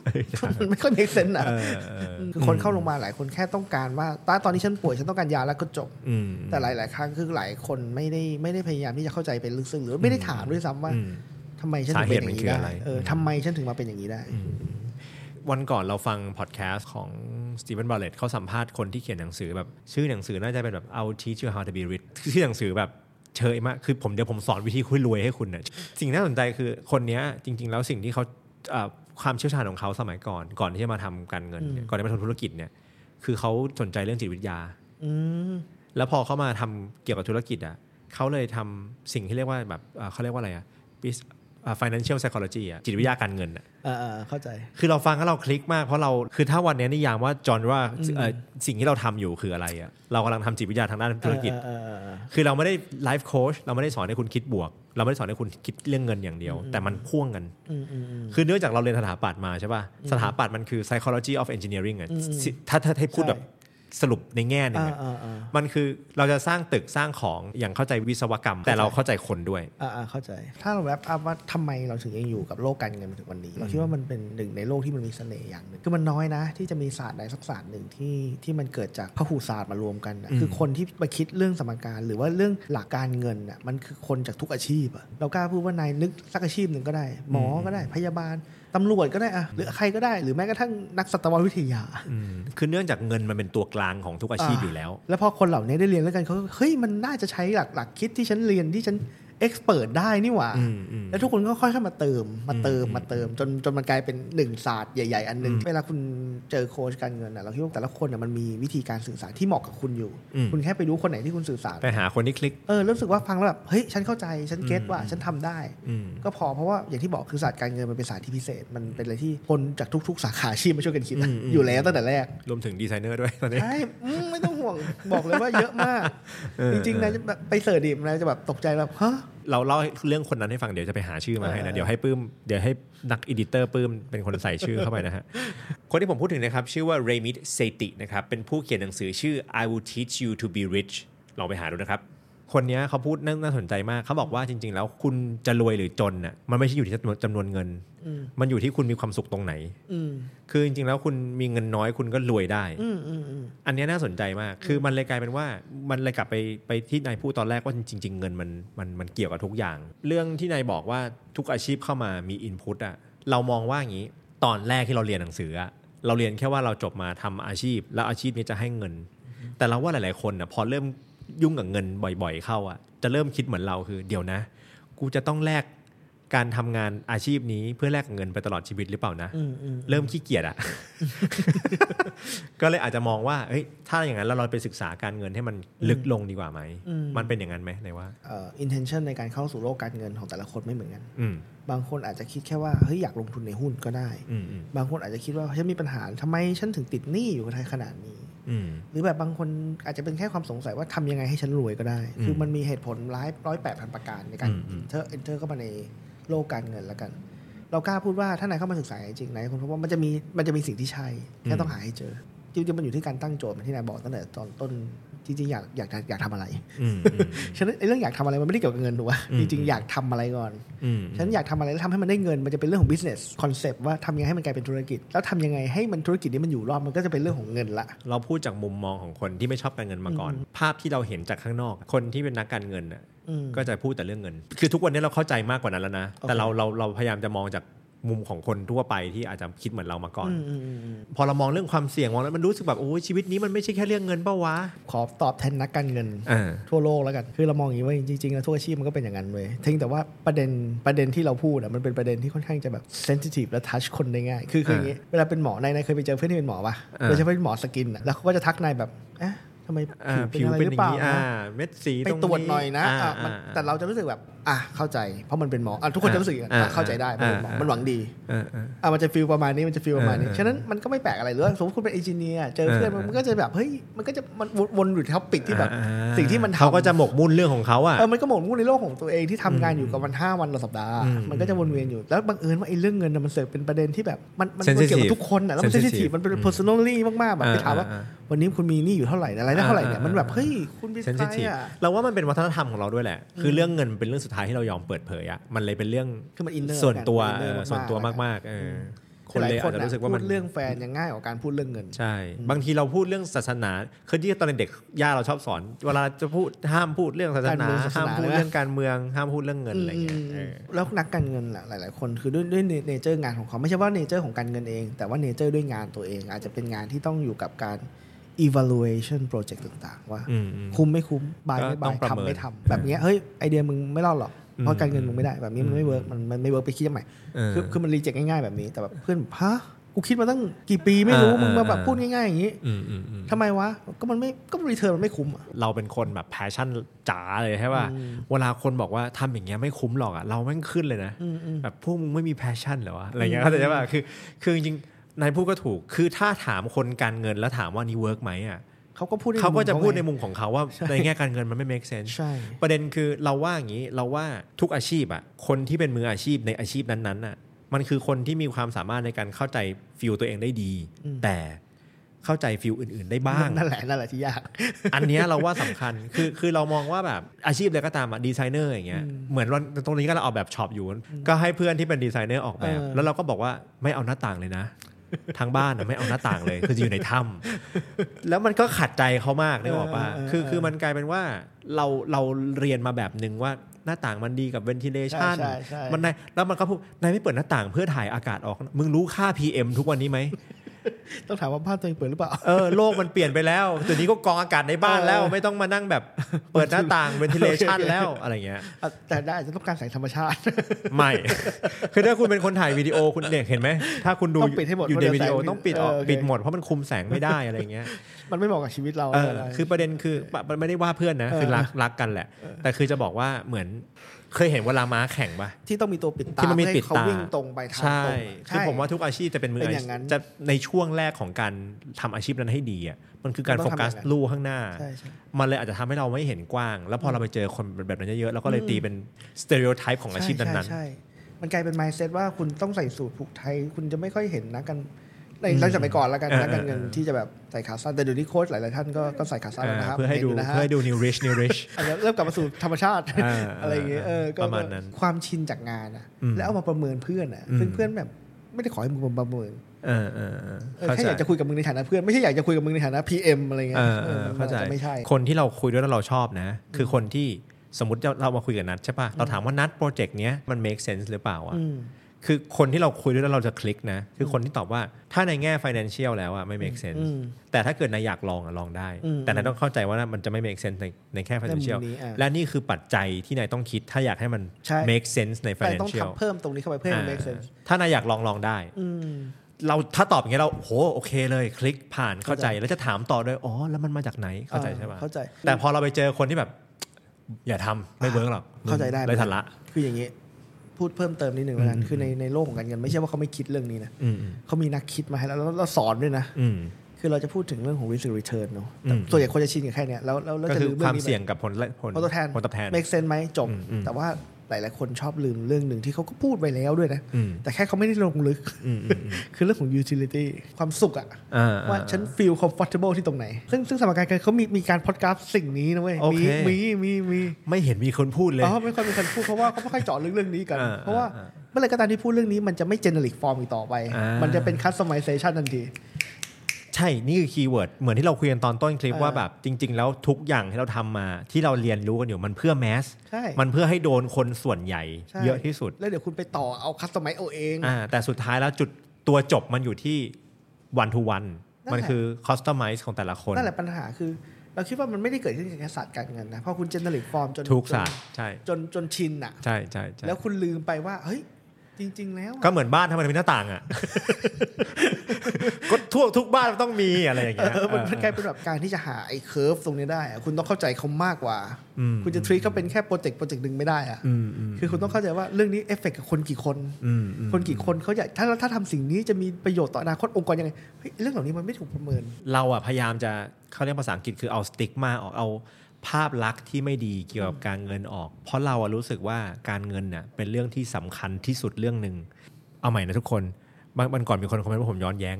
มันไม่ค่อยเมคเซนอ่ะ เออเออ คือคนเข้าโรงพยาบาลหลายคนแค่ต้องการว่าตาตอนนี้ฉันป่วยฉันต้องการยาแล้วก็จบ อืม แต่หลาย ๆ ครั้งคือหลายคนไม่ได้ไม่ได้พยายามที่จะเข้าใจเป็นลึกซึ้งหรือไม่ได้ถามด้วยซ้ำว่า อืม ทำไมฉันถึงเป็นอย่างนี้ สาเหตุมันคืออะไร ได้เออทำไมฉันถึงมาเป็นอย่างนี้ได้ วันก่อนเราฟังพอดแคสต์ของสตีเวนบาร์เลตเขาสัมภาษณ์คนที่เขียนหนังสือแบบ ชื่อหนังสือน่าจะเป็นแบบ How to Teach You How to Be Rich ชื่อหนังสือแบบเชยมาก คือผมเดี๋ยวผมสอนวิธีคุยรวยให้คุณเนี่ยสิ่งน่าสนใจคือคนเนี้ยจริง ๆ แล้วสิ่งที่เขาเอ่อความเชี่ยวชาญของเขาสมัยก่อน ก่อนที่จะมาทำการเงินเนี่ยก่อนที่จะมาทำธุรกิจเนี่ยคือเขาสนใจเรื่องจิตวิทยา อืม แล้วพอเขามาทำเกี่ยวกับธุรกิจอ่ะเขาเลยทำสิ่งที่เรียกว่าแบบเอ่อเขาเรียกว่าอะไรอ่ะ Bus- อ่า financial psychology อ่ะจิตวิทยาการเงินอ่ะ เออเออเข้าใจ คือเราฟังแล้วเราคลิกมากเพราะเราคือถ้าวันนี้นิยามว่าจอนว่าเอ่อสิ่งที่เราทำอยู่คืออะไรอะเรากำลังทำจิตวิทยาทางด้านธุรกิจ เออเออเออ คือเราไม่ได้ไลฟ์โค้ชเราไม่ได้สอนให้คุณคิดบวก เราไม่ได้สอนให้คุณคิดเรื่องเงินอย่างเดียว แต่มันพ่วงกัน อืมอืมอืม คือเนื่องจากเราเรียนสถาปัตย์มาใช่ป่ะสถาปัตย์มันคือ psychology of engineering อะ อืม สิถ้าถ้าให้พูด ใช่ แบบสรุปในแง่หนึง อ่า อะ อ่าอ่า มันคือเราจะสร้างตึกสร้างของอย่างเข้าใจวิศวกรรม แต่เราเข้าใจคนด้วย อ่าอ่าเข้าใจ ถ้าเราแรปอัพว่าทำไมเราถึงยังอยู่กับโลกการเงินมาถึงวันนี้ เราคิดว่ามันเป็นหนึ่งในโลกที่มันมีเสน่ห์อย่างหนึ่งคือมันน้อยนะ ที่จะมีศาสตร์ใดสักศาสตร์หนึ่งที่ที่มันเกิดจากพหูศาสตร์มารวมกันน่ะ อืม คือคนที่มาคิดเรื่องสมการ หรือว่าเรื่องหลักการเงินน่ะมันคือคนจากทุกอาชีพอะเรากล้าพูดว่านายนึกสักอาชีพหนึ่งก็ได้ หมอก็ได้พยาบาลตำรวจก็ได้อะหรือใครก็ได้หรือแม้กระทั่งนักสัตววิทยา อืมคือเนื่องจากเงินมันเป็นตัวกลางของทุกอาชีพอยู่แล้ว แล้วพอคนเหล่านี้ได้เรียนแล้วกันเขาก็เฮ้ยมันน่าจะใช้หลักหลักคิดที่ฉันเรียนที่ฉันเอ็กซ์เพรสได้นี่หว่า อืมอืม แล้วทุกคนก็ค่อยๆมาเติมมาเติม อืม มาเติม จนจนมันกลายเป็นหนึ่งศาสตร์ใหญ่ๆ อันหนึ่ง อืม เวลาคุณเจอโค้ชการเงินน่ะเราคิดว่าแต่ละคนน่ะมันมีวิธีการสื่อสารที่เหมาะกับคุณอยู่ อืม คุณแค่ไปรู้คนไหนที่คุณสื่อสาร ไปหาคนที่คลิก เออรู้สึกว่าฟังแล้วแบบเฮ้ยฉันเข้าใจฉันเก็ตว่า อืม ฉันทำได้ อืม ก็พอเพราะว่าอย่างที่บอกคือศาสตร์การเงินมันเป็นศาสตร์ที่พิเศษมันเป็นอะไรที่คนจากทุก ๆ สาขาอาชีพมาช่วยกันคิดอะ อืมอืม อยู่แล้วตั้งแต่แรก รวมถึงดีไซเนอร์ด้วยตอนนี้ ใช่อืมไม่ต้องห่วง บอกเลยว่าเยอะมาก เออ จริงๆนะจะแบบไปเสิร์ชดิมนะจะแบบตกใจแบบฮะ เราเล่าเรื่องคนนั้นให้ฟังเดี๋ยวจะไปหาชื่อมาให้ เอ นะ อ เดี๋ยวให้ปื้มเดี๋ยวให้นักอีดิเตอร์ปื้มเป็นคนใส่ชื่อเข้าไปนะฮะ คนที่ผมพูดถึงนะครับ ชื่อว่าเรมิดเซตินะครับเป็นผู้เขียนหนังสือชื่อ I will teach you to be rich ลองไปหาดูนะครับ คนเนี้ยเขาพูดน่าน่าสนใจมากเขาบอกว่าจริง ๆ แล้วคุณจะรวยหรือจนน่ะมันไม่ใช่อยู่ที่จำนวนจำนวนเงิน อืม มันอยู่ที่คุณมีความสุขตรงไหน อืม คือจริงๆแล้วคุณมีเงินน้อยคุณก็รวยได้ อืมอืมอืม อันเนี้ยน่าสนใจมาก คือมันเลยกลายเป็นว่า มันเลยกลับไปไปที่นายพูดตอนแรกว่าจริง ๆ เงินมันมันมันเกี่ยวกับทุกอย่าง เรื่องที่นายบอกว่าทุกอาชีพเข้ามามีอินพุตอะเรามองว่าอย่างนี้ ตอนแรกที่เราเรียนหนังสืออะเราเรียนแค่ว่าเราจบมาทำอาชีพ แล้วอาชีพนี้จะให้เงิน แต่เราว่าหลาย ๆ คนอะพอเริ่มยุ่งกับเงินบ่อย ๆ เข้าอะจะเริ่มคิดเหมือนเราคือ เดี๋ยวนะ กูจะต้องแลก การทำงานอาชีพนี้เพื่อแลกกับเงินไปตลอดชีวิตหรือเปล่านะ อืมอืม เริ่มขี้เกียจอะ [LAUGHS] ก็เลยอาจจะมองว่าเฮ้ยถ้าอย่างนั้นเราลองไปศึกษาการเงินให้มันลึกลงดีกว่าไหม อืม มันเป็นอย่างนั้นไหมไหนว่า เอ่อ intention ในการเข้าสู่โลกการเงินของแต่ละคนไม่เหมือนกัน อืม บางคนอาจจะคิดแค่ว่าเฮ้ยอยากลงทุนในหุ้นก็ได้ อืมอืม บางคนอาจจะคิดว่าฉันมีปัญหาทำไมฉันถึงติดหนี้อยู่กับไทยขนาดนี้ อืม หรือแบบบางคนอาจจะเป็นแค่ความสงสัยว่าทำยังไงให้ฉันรวยก็ได้ อืม คือมันมีเหตุผลร้ายร้อยแปดพันประการในการ อืมอืม เทอร์เอนเตอร์เข้ามาในโลกการเงินแล้วกัน เรากล้าพูดว่าถ้านายเข้ามาศึกษาจริงๆนายคงพบว่ามันจะมีมันจะมีสิ่งที่ใช่แค่ต้องหาให้เจอ จริงๆมันอยู่ที่การตั้งโจทย์เหมือนที่นายบอกตั้งแต่ตอนต้นจริงๆอยากอยากอยากทำอะไร อืมอืม ฉะนั้นไอ้เรื่องอยากทำอะไรมันไม่ได้เกี่ยวกับเงินถูกป่ะ อืม จริงๆอยากทำอะไรก่อน อืม ฉันอยากทำอะไรแล้วทำให้มันได้เงินมันจะเป็นเรื่องของ business concept ว่าทำยังไงให้มันกลายเป็นธุรกิจ แล้วทำยังไงให้มันธุรกิจนี้มันอยู่รอดมันก็จะเป็นเรื่องของเงินละ เราพูดจากมุมมองของคนที่ไม่ชอบการเงินมาก่อน ภาพที่เราเห็นจากข้างนอก คนที่เป็นนักการเงินน่ะ อืม ก็จะพูดแต่เรื่องเงิน คือทุกวันนี้เราเข้าใจมากกว่านั้นแล้วนะ โอเค แต่เราเราเราพยายามจะมองจากมุมของคนทั่วไปที่อาจจะคิดเหมือนเรามาก่อน อืมอืมอืมอืม พอเรามองเรื่องความเสี่ยงมองแล้วมันรู้สึกแบบโอ้ยชีวิตนี้มันไม่ใช่แค่เรื่องเงินเปล่าวะ ขอตอบแทนนักการเงิน อ่า ทั่วโลกแล้วกัน คือเรามองอย่างนี้ว่าจริงๆแล้วทั่วอาชีพมันก็เป็นอย่างนั้นเว้ยทิ้งแต่ว่าประเด็นประเด็นที่เราพูดอะมันเป็นประเด็นที่ค่อนข้างจะแบบเซนซิทีฟและทัชคนได้ง่าย คือคืออย่างนี้ เวลาเป็นหมอนายนายเคยไปเจอเพื่อนที่เป็นหมอป่ะ อ่า โดยเฉพาะเป็นหมอสกินอะแล้วเขาก็จะทักนายแบบเอ๊ะทำไม อ่าผิ ผิ ว วเป็ เป็นอย่านอะไรหรือง เปล่า นี้ นะ อ่าเม็ดสี ไปตรวจหน่อยนะอ่ะมัน อ่า แต่เราจะรู้สึกแบบอ่ะเข้าใจ เพราะมันเป็นหมออ่ะทุกคนจะรู้สึกอย่างนั้นอ่ะ อ่า เข้าใจได้เพราะเป็นหมอ อ่ามั มันหวังดี อ่าอ่า อ่ะมันจะฟีลประมาณนี้มันจะฟีลประมาณนี้ เออเออ ฉะนั้นมันก็ไม่แปลกอะไรเลยสมมติคุณเป็นเอนจิเนียร์เจอเพื่อน เออเออ มันก็จะแบบเฮ้ยมันก็จะมันวนอยู่ท็อปิกที่แบบ อ่า สิ่งที่มันทำ เขาก็จะหมกมุ่นเรื่องของเขาอ่ะ เออมันก็หมกมุ่นในโลกของตัวเองที่ทำงานอยู่กับมันห้าวันต่อสัปดาห์ อืม มันก็จะวนเวียนอยู่แล้วบังเอิญว่าไอ้เรื่องเงินน่ะมันเสิร์ฟเป็นประเด็นที่แบบมันมัน Sensitive เกี่ยวกับทุกคนอ่ะแล้วมันเซน Sensitive ซิทีฟมันเป็น อืม personally มากๆแบบไปถามว่า อ่อ่ วันนี้คุณมีหนี้อยู่เท่าไหร่อะไรได้เท่าไหร่เนี่อ่าอ่ายมั มันแบบเฮ้ยคุณมี เซน ใค ซิ ร ทีฟ อ่ะ เราว่ามันเป็นวัฒนธรรมของเราด้วยแหละ คือเรื่องเงินเป็นเรื่องสุดท้ายที่เรายอมเปิดเผยอะมันเลยเป็นเรื่อง คือมันอินเนอร์ ส่วนตัว กั เออ มั inner ส่วนตัวมากๆเอออคนเลยอาจจะรู้สึกว่ามัน พูดเรื่องแฟนยังง่ายกว่าการพูดเรื่องเงิน ใช่ บางทีเราพูดเรื่องศาสนาคือที่ตอนเด็กๆย่าเราชอบสอน เวลาจะพูดห้ามพูดเรื่องศาสนา การเมืองศาสนา ห้ามพูดเรื่องการเมืองห้ามพูดเรื่องเงินอะไรอย่างเงี้ยเออ แล้วนักการเงินล่ะหลาย ๆ คนคือด้วยด้วยเนเจอร์งานของเขาไม่ใช่ว่าเนเจอร์ของการเงินเอง แต่ว่าเนเจอร์ด้วยงานตัวเอง อาจจะเป็นงานที่ต้องอยู่กับการ evaluation project ต่าง ๆ ว่า อืมอืม คุ้มไม่คุ้มบายไม่ ก็ต้ บา อย งประเมิน ทำไม่ทำแบบเนี้ยเฮ้ยไอเดียมึงไม่รอดหรอกเพ อื ราะ ม การเงินมึงไม่ได้แบบนี้มันไม่เวิร์กมันมันไม่เวิร์กไปคิดใหม่ เออ คือคือมันรีเจ็คง่าย ๆ แบบนี้แต่แบบเพื่อนแบบฮะกูคิดมาตั้งกี่ปีไม่รู้ เออเออ มึงมาแบบ เออ พูดง่าย ๆ อย่างนี้ อืมอืมอืม ทำไมวะก็มันไม่ก็รีเทิร์นมันไม่คุ้มอ่ะ เราเป็นคนแบบแพชชั่นจ๋าเลยใช่ป่ะ อืม เวลาคนบอกว่าทำอย่างเงี้ยไม่คุ้มหรอกอะเราแม่งขึ้นเลยนะ อืมอืม แบบพวกมึงไม่มีแพชชั่นเหรอวะอะไรเงี้ยเข้าใจใช่ป่ะคือคือจริงๆนายพูดก็ถูกคือถ้าถามคนการเงินแล้วถามว่านี่เวิร์กไหมอ่ะ เขาก็พูดใน เขาก็จะ มุม พูด ไง ในมุมของเขาว่าในแง่การเงินมันไม่ make sense ใช่ ประเด็นคือเราว่าอย่างนี้เราว่าทุกอาชีพอ่ะคนที่เป็นมืออาชีพในอาชีพนั้นๆน่ะมันคือคนที่มีความสามารถในการเข้าใจฟิลตัวเองได้ดี อืม แต่เข้าใจฟิลอื่น ๆ ได้บ้าง นั่นแหละนั่นแหละที่ยาก [LAUGHS] [LAUGHS] อันเนี้ยเราว่าสำคัญ คือคือเรามองว่าแบบอาชีพอะไรก็ตามอะดีไซเนอร์อย่างเงี้ย อืม เหมือนวันตรงนี้ก็เราออกแบบช็อปอยู่ ก็ให้เพื่อนที่เป็นดีไซเนอร์ออกแบบ เออ แล้วเราก็บอกว่าไม่เอาหน้าต่างเลยนะ ทางบ้านอะไม่เอาหน้าต่าง [LAUGHS] เลย คือจะอยู่ในถ้ำแล้วมันก็ขัดใจเขามากนึกออกปะ เออเออ คือ เออ คือมันกลายเป็นว่าเราเราเรียนมาแบบหนึ่งว่าหน้าต่างมันดีกับ ventilation ใช่ใช่ใช่ มันนายแล้วมันก็พูดนายไม่เปิดหน้าต่างเพื่อถ่ายอากาศออก มึงรู้ค่า PM ทุกวันนี้ไหม ต้องถามว่าบ้านตัวเองเปิดหรือเปล่า [LAUGHS] เออโลกมันเปลี่ยนไปแล้วตัวนี้ก็กรองอากาศในบ้านแล้ว เออ ไม่ต้องมานั่งแบบเปิดหน้าต่าง ventilation แล้วอะไรเงี้ย อ่ะแต่ได้อาจจะต้องการแสงธรรมชาติ [LAUGHS] ไม่ คือถ้าคุณเป็นคนถ่ายวิดีโอคุณเนี่ยเห็นไหม ถ้าคุณดู ต้องปิดให้หมด อยู่ในวิดีโอ เพราะเดี๋ยวแสง ต้องปิดออก เออโอเค ปิดหมดเพราะมันคุมแสงไม่ได้อะไรเงี้ย มันไม่เหมาะกับชีวิตเรา เออ ไร คือประเด็นคือปะมันไม่ได้ว่าเพื่อนนะ คือ เออ รักรักกันแหละ แต่คือจะบอกว่าเหมือนเคยเห็นเวลาม้าแข่งปะ ที่ต้องมีตัวปิดตา ที่มันมี ให้ ปิด เขา ตา วิ่งตรงไปทาง ใช่ ตรงใช่ คือผมว่าทุกอาชีพจะเป็นมือ เป็น อา อ ชี ย่างนั้ พ น จะในช่วงแรกของการทำอาชีพนั้นให้ดีอ่ะมันคือการ มัน โฟ ต้อง กัส ทำอย่างนั้น ลู่ข้างหน้า ใช่ใช่ มันเลยอาจจะทำให้เราไม่เห็นกว้าง แล้วพอเราไปเจอคนแบบนั้นเยอะๆเราก็เลยตีเป็นสเตอริโอไทป์ของอาชีพนั้น ใช่ใช่มันกลายเป็น mindset ว่าคุณต้องใส่สูทผูกไทย คุณจะไม่ค่อยเห็นนักกันใน อืม รัชสมัยก่อนแล้วกัน เออ นักการเงิน เออ ที่จะแบบใส่ขาสั้นแต่เดี๋ยวนี้โค้ชหลายๆท่านก็ก็ใส่ขา ๆ สั้นแล้วนะค อ่า รับ เพื่อให้ดู ห็นยู่นะฮะ เพื่อให้ดู new rich new rich อาจจะเริ่มกลับมาสู่ธรรมชาติ อ่า [LAUGHS] อะไรอย่างเงี้ยเออก็ ประมาณนั้น ความชินจากงานอะ อืม แล้วเอามาประเมินเพื่อนอะ อืม ซึ่งเพื่อนแบบไม่ได้ขอให้มึงประเมิน เออเออเออ เออ เข้า แค่ ใจ อยากจะคุยกับมึงในฐานะเพื่อนไม่ใช่อยากจะคุยกับมึงในฐานะ PM อะไรเงี้ เอย อเออ ออ เข้าใจ มันอจจะไม่ใช่ คนที่เราคุยด้วยแล้วเราชอบนะ คือคนที่สมมติเรามาคุยกับนัทใช่ป่ะเราถามว่านัทโปรเจกต์เนี้ยมัน make sense หรือเปล่าอ่ะ อืม คือคนที่เราคุยด้วยแล้วเราจะคลิกนะ คือคนที่ตอบว่าถ้าในแง่ financial แล้วอะไม่ make sense อืม แต่ถ้าเกิดนายอยากลองอะลองได้ อืม แต่นายต้องเข้าใจว่ามันจะไม่ make sense ในในแค่ financial ในมุมนี้อ่ะ และนี่คือปัจจัยที่นายต้องคิดถ้าอยากให้มัน ใช่ make sense ใน แต่ต้อง financial ทำเพิ่มตรงนี้เข้าไปเพื่อให้มัน make sense อ่าถ้านายอยากลองลองได้ อืม เราถ้าตอบอย่างเงี้ยเราโหโอเคเลยคลิกผ่านเข้า เข้า ใจ ใจ แล้วจะถามต่อด้วยอ๋อแล้วมันมาจากไหนเข้าใจใช่ปะ เข้าใจ แต่พอเราไปเจอคนที่แบบ อย่าทำไม่เวิร์กหรอก เข้าใจได้ เลยทันละ คืออย่างนี้ พูดเพิ่มเติมนิดหนึ่งแล้วกันคือในในโลกของการเงินไม่ใช่ว่าเขาไม่คิดเรื่องนี้นะ อืม เขามีนักคิดมาให้แล้วแล้วเราสอนด้วยนะ อืม คือเราจะพูดถึงเรื่องของ risk and return เนอะแต่ อืม ส่วนใหญ่คนจะชินกับแค่เนี้ยแล้วแล้วแล้ว ก็ จะ คือ ลืม ค เรื่ วา อ ม งนี้ไป เสี่ยงกับผลและผล ผลตอบแทน ผลตอบแทน make sense ไหมจบ อืมอืม แต่ว่าหลาย ๆ คนชอบลืมเรื่องหนึ่งที่เขาก็พูดไปแล้วด้วยนะ อืม แต่แค่เขาไม่ได้ลงลึก อืมอืมอืม [LAUGHS] คือเรื่องของ utility ความสุขอะ อ่อ่ ว่าฉัน feel comfortable ที่ตรงไหน ซึ่งซึ่งสมการกันเขามีมีการพอดกราฟสิ่งนี้นะเว้ย โอ มี เค มีมีมี ไม่เห็นมีคนพูดเลย อ๋อไม่ค่อยมีคนพูดเพราะว่าเขาไม่ค่อยเจาะลึกเรื่องนี้กัน อ่า เพราะว่า อ่า เมื่อไหรก็ตามที่พูดเรื่องนี้มันจะไม่ generic form อีกต่อไป อ่ามั มันจะเป็น customization ทันที ใช่นี่คือคีย์เวิร์ดเหมือนที่เราคุยกันตอนต้นคลิป เออ ว่าแบบจริง ๆ แล้วทุกอย่างที่เราทำมาที่เราเรียนรู้กันอยู่มันเพื่อแมส ใช่ มันเพื่อให้โดนคนส่วนใหญ่ ใช่ เยอะที่สุด แล้วเดี๋ยวคุณไปต่อเอา customize เอาเอง อ่าแต่สุดท้ายแล้วจุดตัวจบมันอยู่ที่ one to one นั่นแหละ มันคือ customize ของแต่ละคน นั่นแหละปัญหาคือ เราคิดว่ามันไม่ได้เกิดขึ้นกับแค่ศาสตร์การเงินนะพอคุณ generic form จน ทุกศาสตร์ใช่ จนจนชินอะ ใช่ใช่ใช่ แล้วคุณลืมไปว่า เฮ้ย จริง ๆ แล้วอะ ก็เหมือนบ้านถ้ามันเป็นหน้าต่างอ่ะ [LAUGHS] ก็ทั่วทุกบ้านมันต้องมีอะไรอย่าง เอ เงี้ย อมันมันกลาย เออ เป็นแบบการที่จะหาไอ้เคิร์ฟตรงนี้ได้อะคุณต้องเข้าใจเขามากกว่า อืม คุณจะทรีตเขาเป็นแค่โปรเจกต์โปรเจกต์หนึ่งไม่ได้อะ อืมอืม คือคุณต้องเข้าใจว่าเรื่องนี้เอฟเฟกกับคนกี่คน อืมอืม คนกี่คนเขาอยากถ้าถ้าทำสิ่งนี้จะมีประโยชน์ต่ออนาคตองค์กรยังไงเฮ้ยเรื่องเหล่านี้มันไม่ถูกประเมิน เราอ่ะพยายามจะเขาเรียกภาษาอังกฤษคือเอาสติ๊กมาออกเอาภาพลักษณ์ที่ไม่ดีเกี่ยวกับการเงินออก เพราะเราอะรู้สึกว่าการเงินน่ะเป็นเรื่องที่สำคัญที่สุดเรื่องหนึ่งเอาใหม่นะทุกคนมันมันก่อนมีคนคอมเมนต์ว่าผมย้อนแย้ง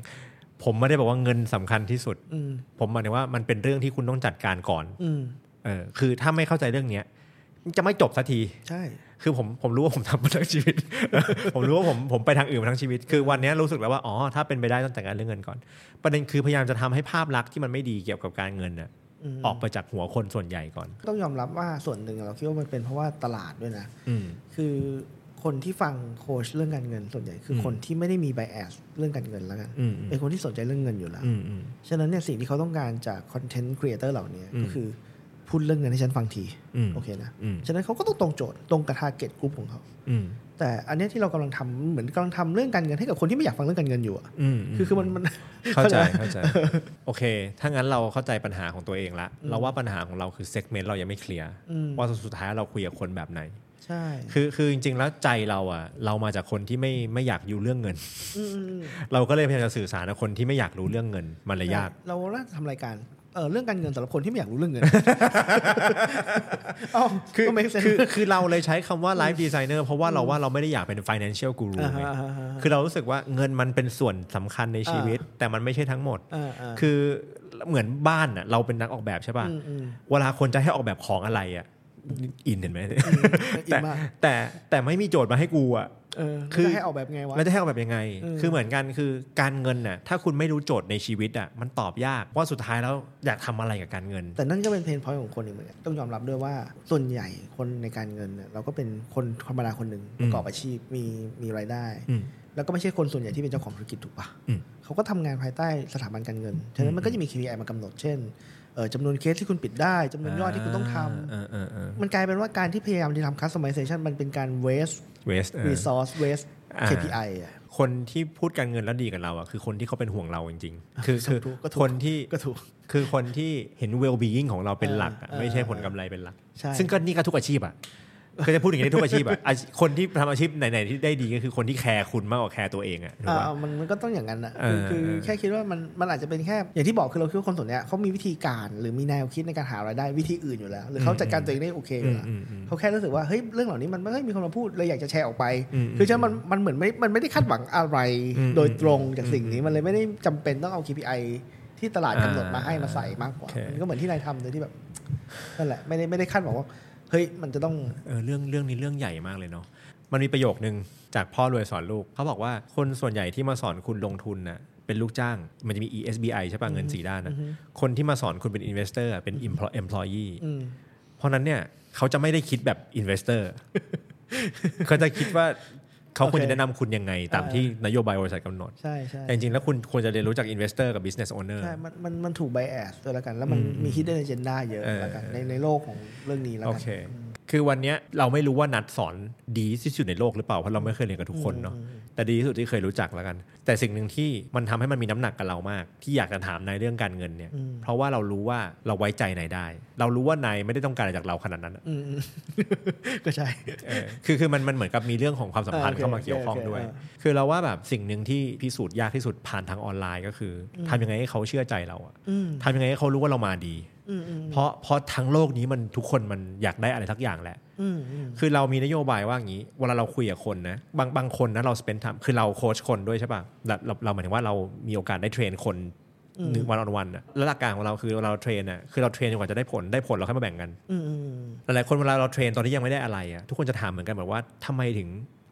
ผมไม่ได้บอกว่าเงินสำคัญที่สุด อืม ผมหมายถึงว่ามันเป็นเรื่องที่คุณต้องจัดการก่อน อืม เออ คือถ้าไม่เข้าใจเรื่องเนี้ยจะไม่จบสักที ใช่ คือผมผมรู้ว่าผมทำมาทั้งชีวิต [LAUGHS] ผมรู้ว่าผมผมไปทางอื่นมาทั้งชีวิต คือวันเนี้ยรู้สึกแล้วว่า อ๋อ ถ้าเป็นไปได้ต้องจัดการเรื่องเงินก่อน ประเด็นคือพยายามจะทำให้ภาพลักษณ์ที่มันไม่ดีเกี่ยวกับการเงินน่ะ อืม ออกไปจากหัวคนส่วนใหญ่ก่อน ต้องยอมรับว่าส่วนหนึ่งเราคิดว่ามันเป็นเพราะว่าตลาดด้วยนะ อืม คือคนที่ฟังโค้ชเรื่องการเงินส่วนใหญ่คืออ ม คนที่ไม่ได้มีไบแอสเรื่องการเงินแล้วกัน อืม เป็นคนที่สนใจเรื่องเงินอยู่แล้ว อืมอืม ฉะนั้นเนี่ยสิ่งที่เขาต้องการจากคอนเทนต์ครีเอเตอร์เหล่านี้ อืม ก็คือ พูดเรื่องเงินให้ฉันฟังที อืม โอเคนะ อืม ฉะนั้นเขาก็ต้องตรงโจทย์ตรงกับทาร์เก็ตกลุ่มของเขา อืม แต่อันเนี้ยที่เรากำลังทำเหมือนกำลังทำเรื่องการเงินให้กับคนที่ไม่อยากฟังเรื่องการเงินอยู่อะ อืม คือคือมันมัน [LAUGHS] เข้าใจ เข้าใจ เข้า [LAUGHS] ใจ โอเค ถ้างั้นเราเข้าใจปัญหาของตัวเองละ เราว่าปัญหาของเราคือเซกเมนต์เรายังไม่เคลียร์ อืม ว่าสุดท้ายเราคุยกับคนแบบไหน ใช่ คือคือจริงๆแล้วใจเราอะเรามาจากคนที่ไม่ไม่อยากอยู่เรื่องเงิน อืมอืมอืม เราก็เลยพยายามจะสื่อสารกับคนที่ไม่อยากรู้เรื่องเงิน มันเลยยาก เราเล่าทำรายการเออเรื่องการเงินสำหรับคนที่ไม่อยากรู้เรื่องเงิ [LAUGHS] น เอ้า คือ ก็ make sense คือคือเราเลยใช้คำว่าไลฟ์ดีไซเนอร์เพราะว่าเราว่าเราไม่ได้อยากเป็น financial guru อ่า ไง ฮะอ่าฮะ คือเรารู้สึกว่าเงินมันเป็นส่วนสำคัญในชีวิต แต่มันไม่ใช่ทั้งหมด อ่าอ่า คือเหมือนบ้านอะเราเป็นนักออกแบบใช่ป่ะ มอืม เวลาคนจะให้ออกแบบของอะไรอ่ะ อินเห็นไหม อิ แต่ นมาก แต่แต่ไม่มีโจทย์มาให้กูอ่ะ เออ คื คือ อให้ออกแบบไงวะ แล้วจะให้ออกแบบยังไง อืม คือเหมือนกันคือการเงินน่ะถ้าคุณไม่รู้โจทย์ในชีวิตอ่ะมันตอบยากว่าสุดท้ายแล้วอยากทำอะไรกับการเงิน แต่นั่นก็เป็นเพนพอยของคนอีกเหมือนกันต้องยอมรับด้วยว่าส่วนใหญ่คนในการเงินเนี่ยเราก็เป็นคนธรรมดาคนหนึ่ง อืม ประกอบอาชีพมีมีรายได้ อืม แล้วก็ไม่ใช่คนส่วนใหญ่ที่เป็นเจ้าของธุรกิจถูกปะ อืม เขาก็ทำงานภายใต้สถาบันการเงินฉะนั้นมันก็จะมี KPI มากำหนดเช่นเอ่อจำนวนเคสที่คุณปิดได้จำนวนยอดที่คุณต้องทำ เออเออเออ มันกลายเป็นว่าการที่พยายามจะทำ customization มันเป็นการ waste เวส resource waste อ่า KPI อ่ะ คนที่พูดการเงินแล้วดีกับเราอ่ะคือคนที่เขาเป็นห่วงเราจริง [LAUGHS] ๆ คือคือ ถูกก็ถูก คนที่ ก็ถูก คือคนที่เห็น well being ของเราเป็นหลักอะ เออ ไม่ใช่ เออ ผลกำไรเป็นหลัก ใช่ ซึ่งก็นี่ก็ทุกอาชีพ [LAUGHS] อ่ะก็จะพูดอย่างนี้ได้ทุกอาชีพอ่ะอาชีพคนที่ทำอาชีพไหนๆที่ได้ดีก็คือคนที่แคร์คุณมากกว่าแคร์ตัวเองอ่ะถูก อ่า ปะ มันมันก็ต้องอย่างนั้นนะคืเอออ คือ เออ แค่คิดว่ามันมันอาจจะเป็นแค่อย่างที่บอกคือเราคิดว่าคนส่วนเนี้ยเขามีวิธีการหรือมีแนวคิดในการหารายได้วิธีอื่นอยู่แล้ว หรือเขาจัดการตัวเองได้โอเคอ อืมยู่แล้ว อืมอืม เขาแค่รู้สึกว่าเฮ้ยเรื่องเหล่านี้มันไม่เฮ้ยมีคนมาพูดเลยอยากจะแชร์ออกไป อืม คือฉะนั้นมันมันเหมือนไม่มันไม่ได้คาดหวังอะไร อืม โดยตรงจากสิ่งนี้ อืม มันเลยไม่ได้จำเป็นต้องเอา KPI ที่ตลาดกำหนดมาให้มาใส่มากกว่า โอเค มันก็เหมือนที่นายทำเลยที่แบบนั่นแหละไม่ได้ไม่ได้คาดหวังว่าเฮ้ยมันจะต้อง เออเรื่องเรื่องนี้เรื่องใหญ่มากเลยเนาะมันมีประโยคนึงจากพ่อรวยสอนลูกเขาบอกว่าคนส่วนใหญ่ที่มาสอนคุณลงทุนนะเป็นลูกจ้าง มันจะมี ESBI ใช่ป่ะเงินสีด้านนะคนที่มาสอนคุณเป็น investor อะเป็น employ- employee อืม [LAUGHS] เพราะนั้นเนี่ยเขาจะไม่ได้คิดแบบ investor เขาจะคิดว่า เขาควร โอเค จะแนะนำคุณยังไง ตาม เออ ที่นโยบายบริษัทกำหนด ใช่ใช่ แต่จริงๆแล้วคุณควรจะเรียนรู้จาก investor กับ business owner ใช่มันมันมันถูกไบแอสด้วยแล้วกัน แล้วมัน อืม มีฮิดเด้นเอเจนดาเยอะ เออ แล้วกันในในโลกของเรื่องนี้แล้ว โอ กั เค คือวันเนี้ยเราไม่รู้ว่านัดสอนดีที่สุดในโลกหรือเปล่า เพราะเราไม่เคยเรียนกับทุกคนเนาะ แต่ดีที่สุดที่เคยรู้จักแล้วกัน แต่สิ่งหนึ่งที่มันทำให้มันมีน้ำหนักกับเรามาก ที่อยากจะถามนายเรื่องการเงินเนี่ย อืม เพราะว่าเรารู้ว่าเราไว้ใจนายได้ เรารู้ว่านายไม่ได้ต้องการอะไรจากเราขนาดนั้นอะ อืมอืม ก็ใช่ เออคือคือมันมันเหมือนกับมีเรื่องของความสัมพันธ์ เออโอเค เข้ามาเกี่ยวข้องด้วย โอเค คือเราว่าแบบสิ่งหนึ่งที่พิสูจน์ยากที่สุดผ่านทางออนไลน์ก็คืออทำยังไงให้เขาเชื่อใจเราอะ อืม ทำยังไงให้เขารู้ว่าเรามาดี อืมอืม เพราะเพราะทั้งโลกนี้มันทุกคนมันอยากได้อะไรสักอย่างแหละ อืมอืม คือเรามีนโยบายว่าอย่างนี้เวลาเราคุยกับคนนะบางบางคนนะเราสเปนทำคือเราโค้ชคนด้วยใช่ป่ะเราเราเราหมายถึงว่าเรามีโอกาสได้เทรนคนหนึ่งวันออนวันอะแล้วหลักการของเราคือเวลาเราเทรนอะคือเราเทรนจนกว่าจะได้ผลได้ผลเราค่อยมาแบ่งกัน อืมอืม หลายๆคนเวลาเราเทรนตอนที่ยังไม่ได้อะไรอะทุกคนจะถามเหมือนกันแบบว่าทำไมถึง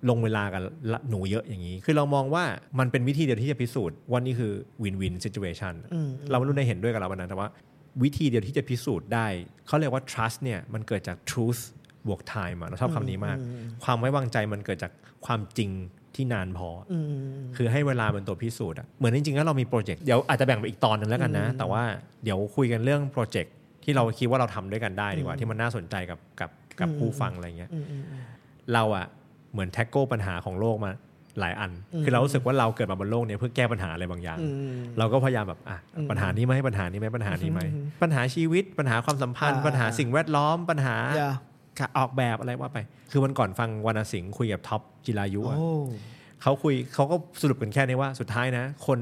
ลงเวลากันละหนูเยอะอย่างนี้ คือเรามองว่ามันเป็นวิธีเดียวที่จะพิสูจน์ว่านี่คือวินวินซิจูเอชัน อืม เราไม่รู้ในเห็นด้วยกับเราวันนั้นแต่ว่า วิธีเดียวที่จะพิสูจน์ได้ เขาเรียกว่า trust เนี่ยมันเกิดจาก truth บวก time อะเราชอบคำนี้มาก ความไว้วางใจมันเกิดจากความจริงที่นานพอ อืมอืมอืม คือให้เวลาเป็นตัวพิสูจน์อะเหมือนจริงๆแล้วเรามีโปรเจกต์เดี๋ยวอาจจะแบ่งไปอีกตอนหนึงแล้วกันนะ อืม แต่ว่าเดี๋ยวคุยกันเรื่องโปรเจกต์ที่เราคิดว่าเราทำด้วยกันได้ดีกว่า อืม ที่มันน่าสนใจกับกับกับ อืม ผู้ฟังอะไรเงี้ย อืมอืมอืม เราอะเหมือนแท็กโก้ปัญหาของโลกมาหลายอัน อืม คือเรารู้สึกว่าเราเกิดมาบนโลกเนี้เพื่อแก้ปัญหาอะไรบางอย่าง อืมอืม เราก็พยายามแบบอ่ะ อืม ปัญหานี้ไหมปัญหานี้ไหมปัญหานี้ไหม อืม ปัญหาชีวิต ปัญหาความสัมพันธ์ อ่า ปัญหาสิ่งแวดล้อม ปัญหา อย่า ค่ะออกแบบอะไรว่าไป คือวันก่อนฟังวรรณสิงห์คุยกับท็อปจิรายุอะ โอ้ เขาคุยเขาก็สรุปกันแค่นี้ว่าสุดท้ายนะ คน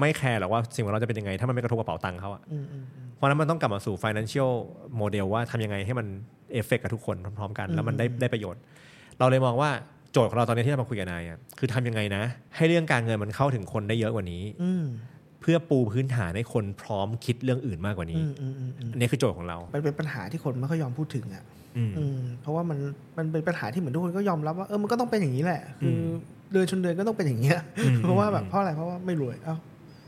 ไม่แคร์หรอกว่าสิ่งแวดล้อมจะเป็นยังไง ถ้ามันไม่กระทบกระเป๋าตังค์เขาอะ อืมอืมอืม เพราะฉะนั้นมันต้องกลับมาสู่ financial model ว่าทำยังไงให้มันเอฟเฟกกับทุกคนพร้อมๆกัน แล้วมันได้ อืม ได้ประโยชน์ เราเลยมองว่าโจทย์ของเราตอนนี้ที่เรามาคุยกับนายอะคือทำยังไงนะ ให้เรื่องการเงินมันเข้าถึงคนได้เยอะกว่านี้ อืม เพื่อปูพื้นฐานให้คนพร้อมคิดเรื่องอื่นมากกว่า อื นี้ มอืมอืมอืม อันนี้คือโจทย์ของเรา มันเป็นปัญหาที่คนไม่ค่อยยอมพูดถึงอ่ะ อืม อืมเพราะว่ามันมันเป็นปัญหาที่เหมือนทุกคนก็ยอมรับว่าเออมันก็ต้องเป็นอย่างนี้แหละ คืออ ม เดือนชนเดือนก็ต้องเป็นอย่างเงี้ย อืม เพราะว่าแบบเพราะอะไรเพราะว่าไม่รวยเอ้า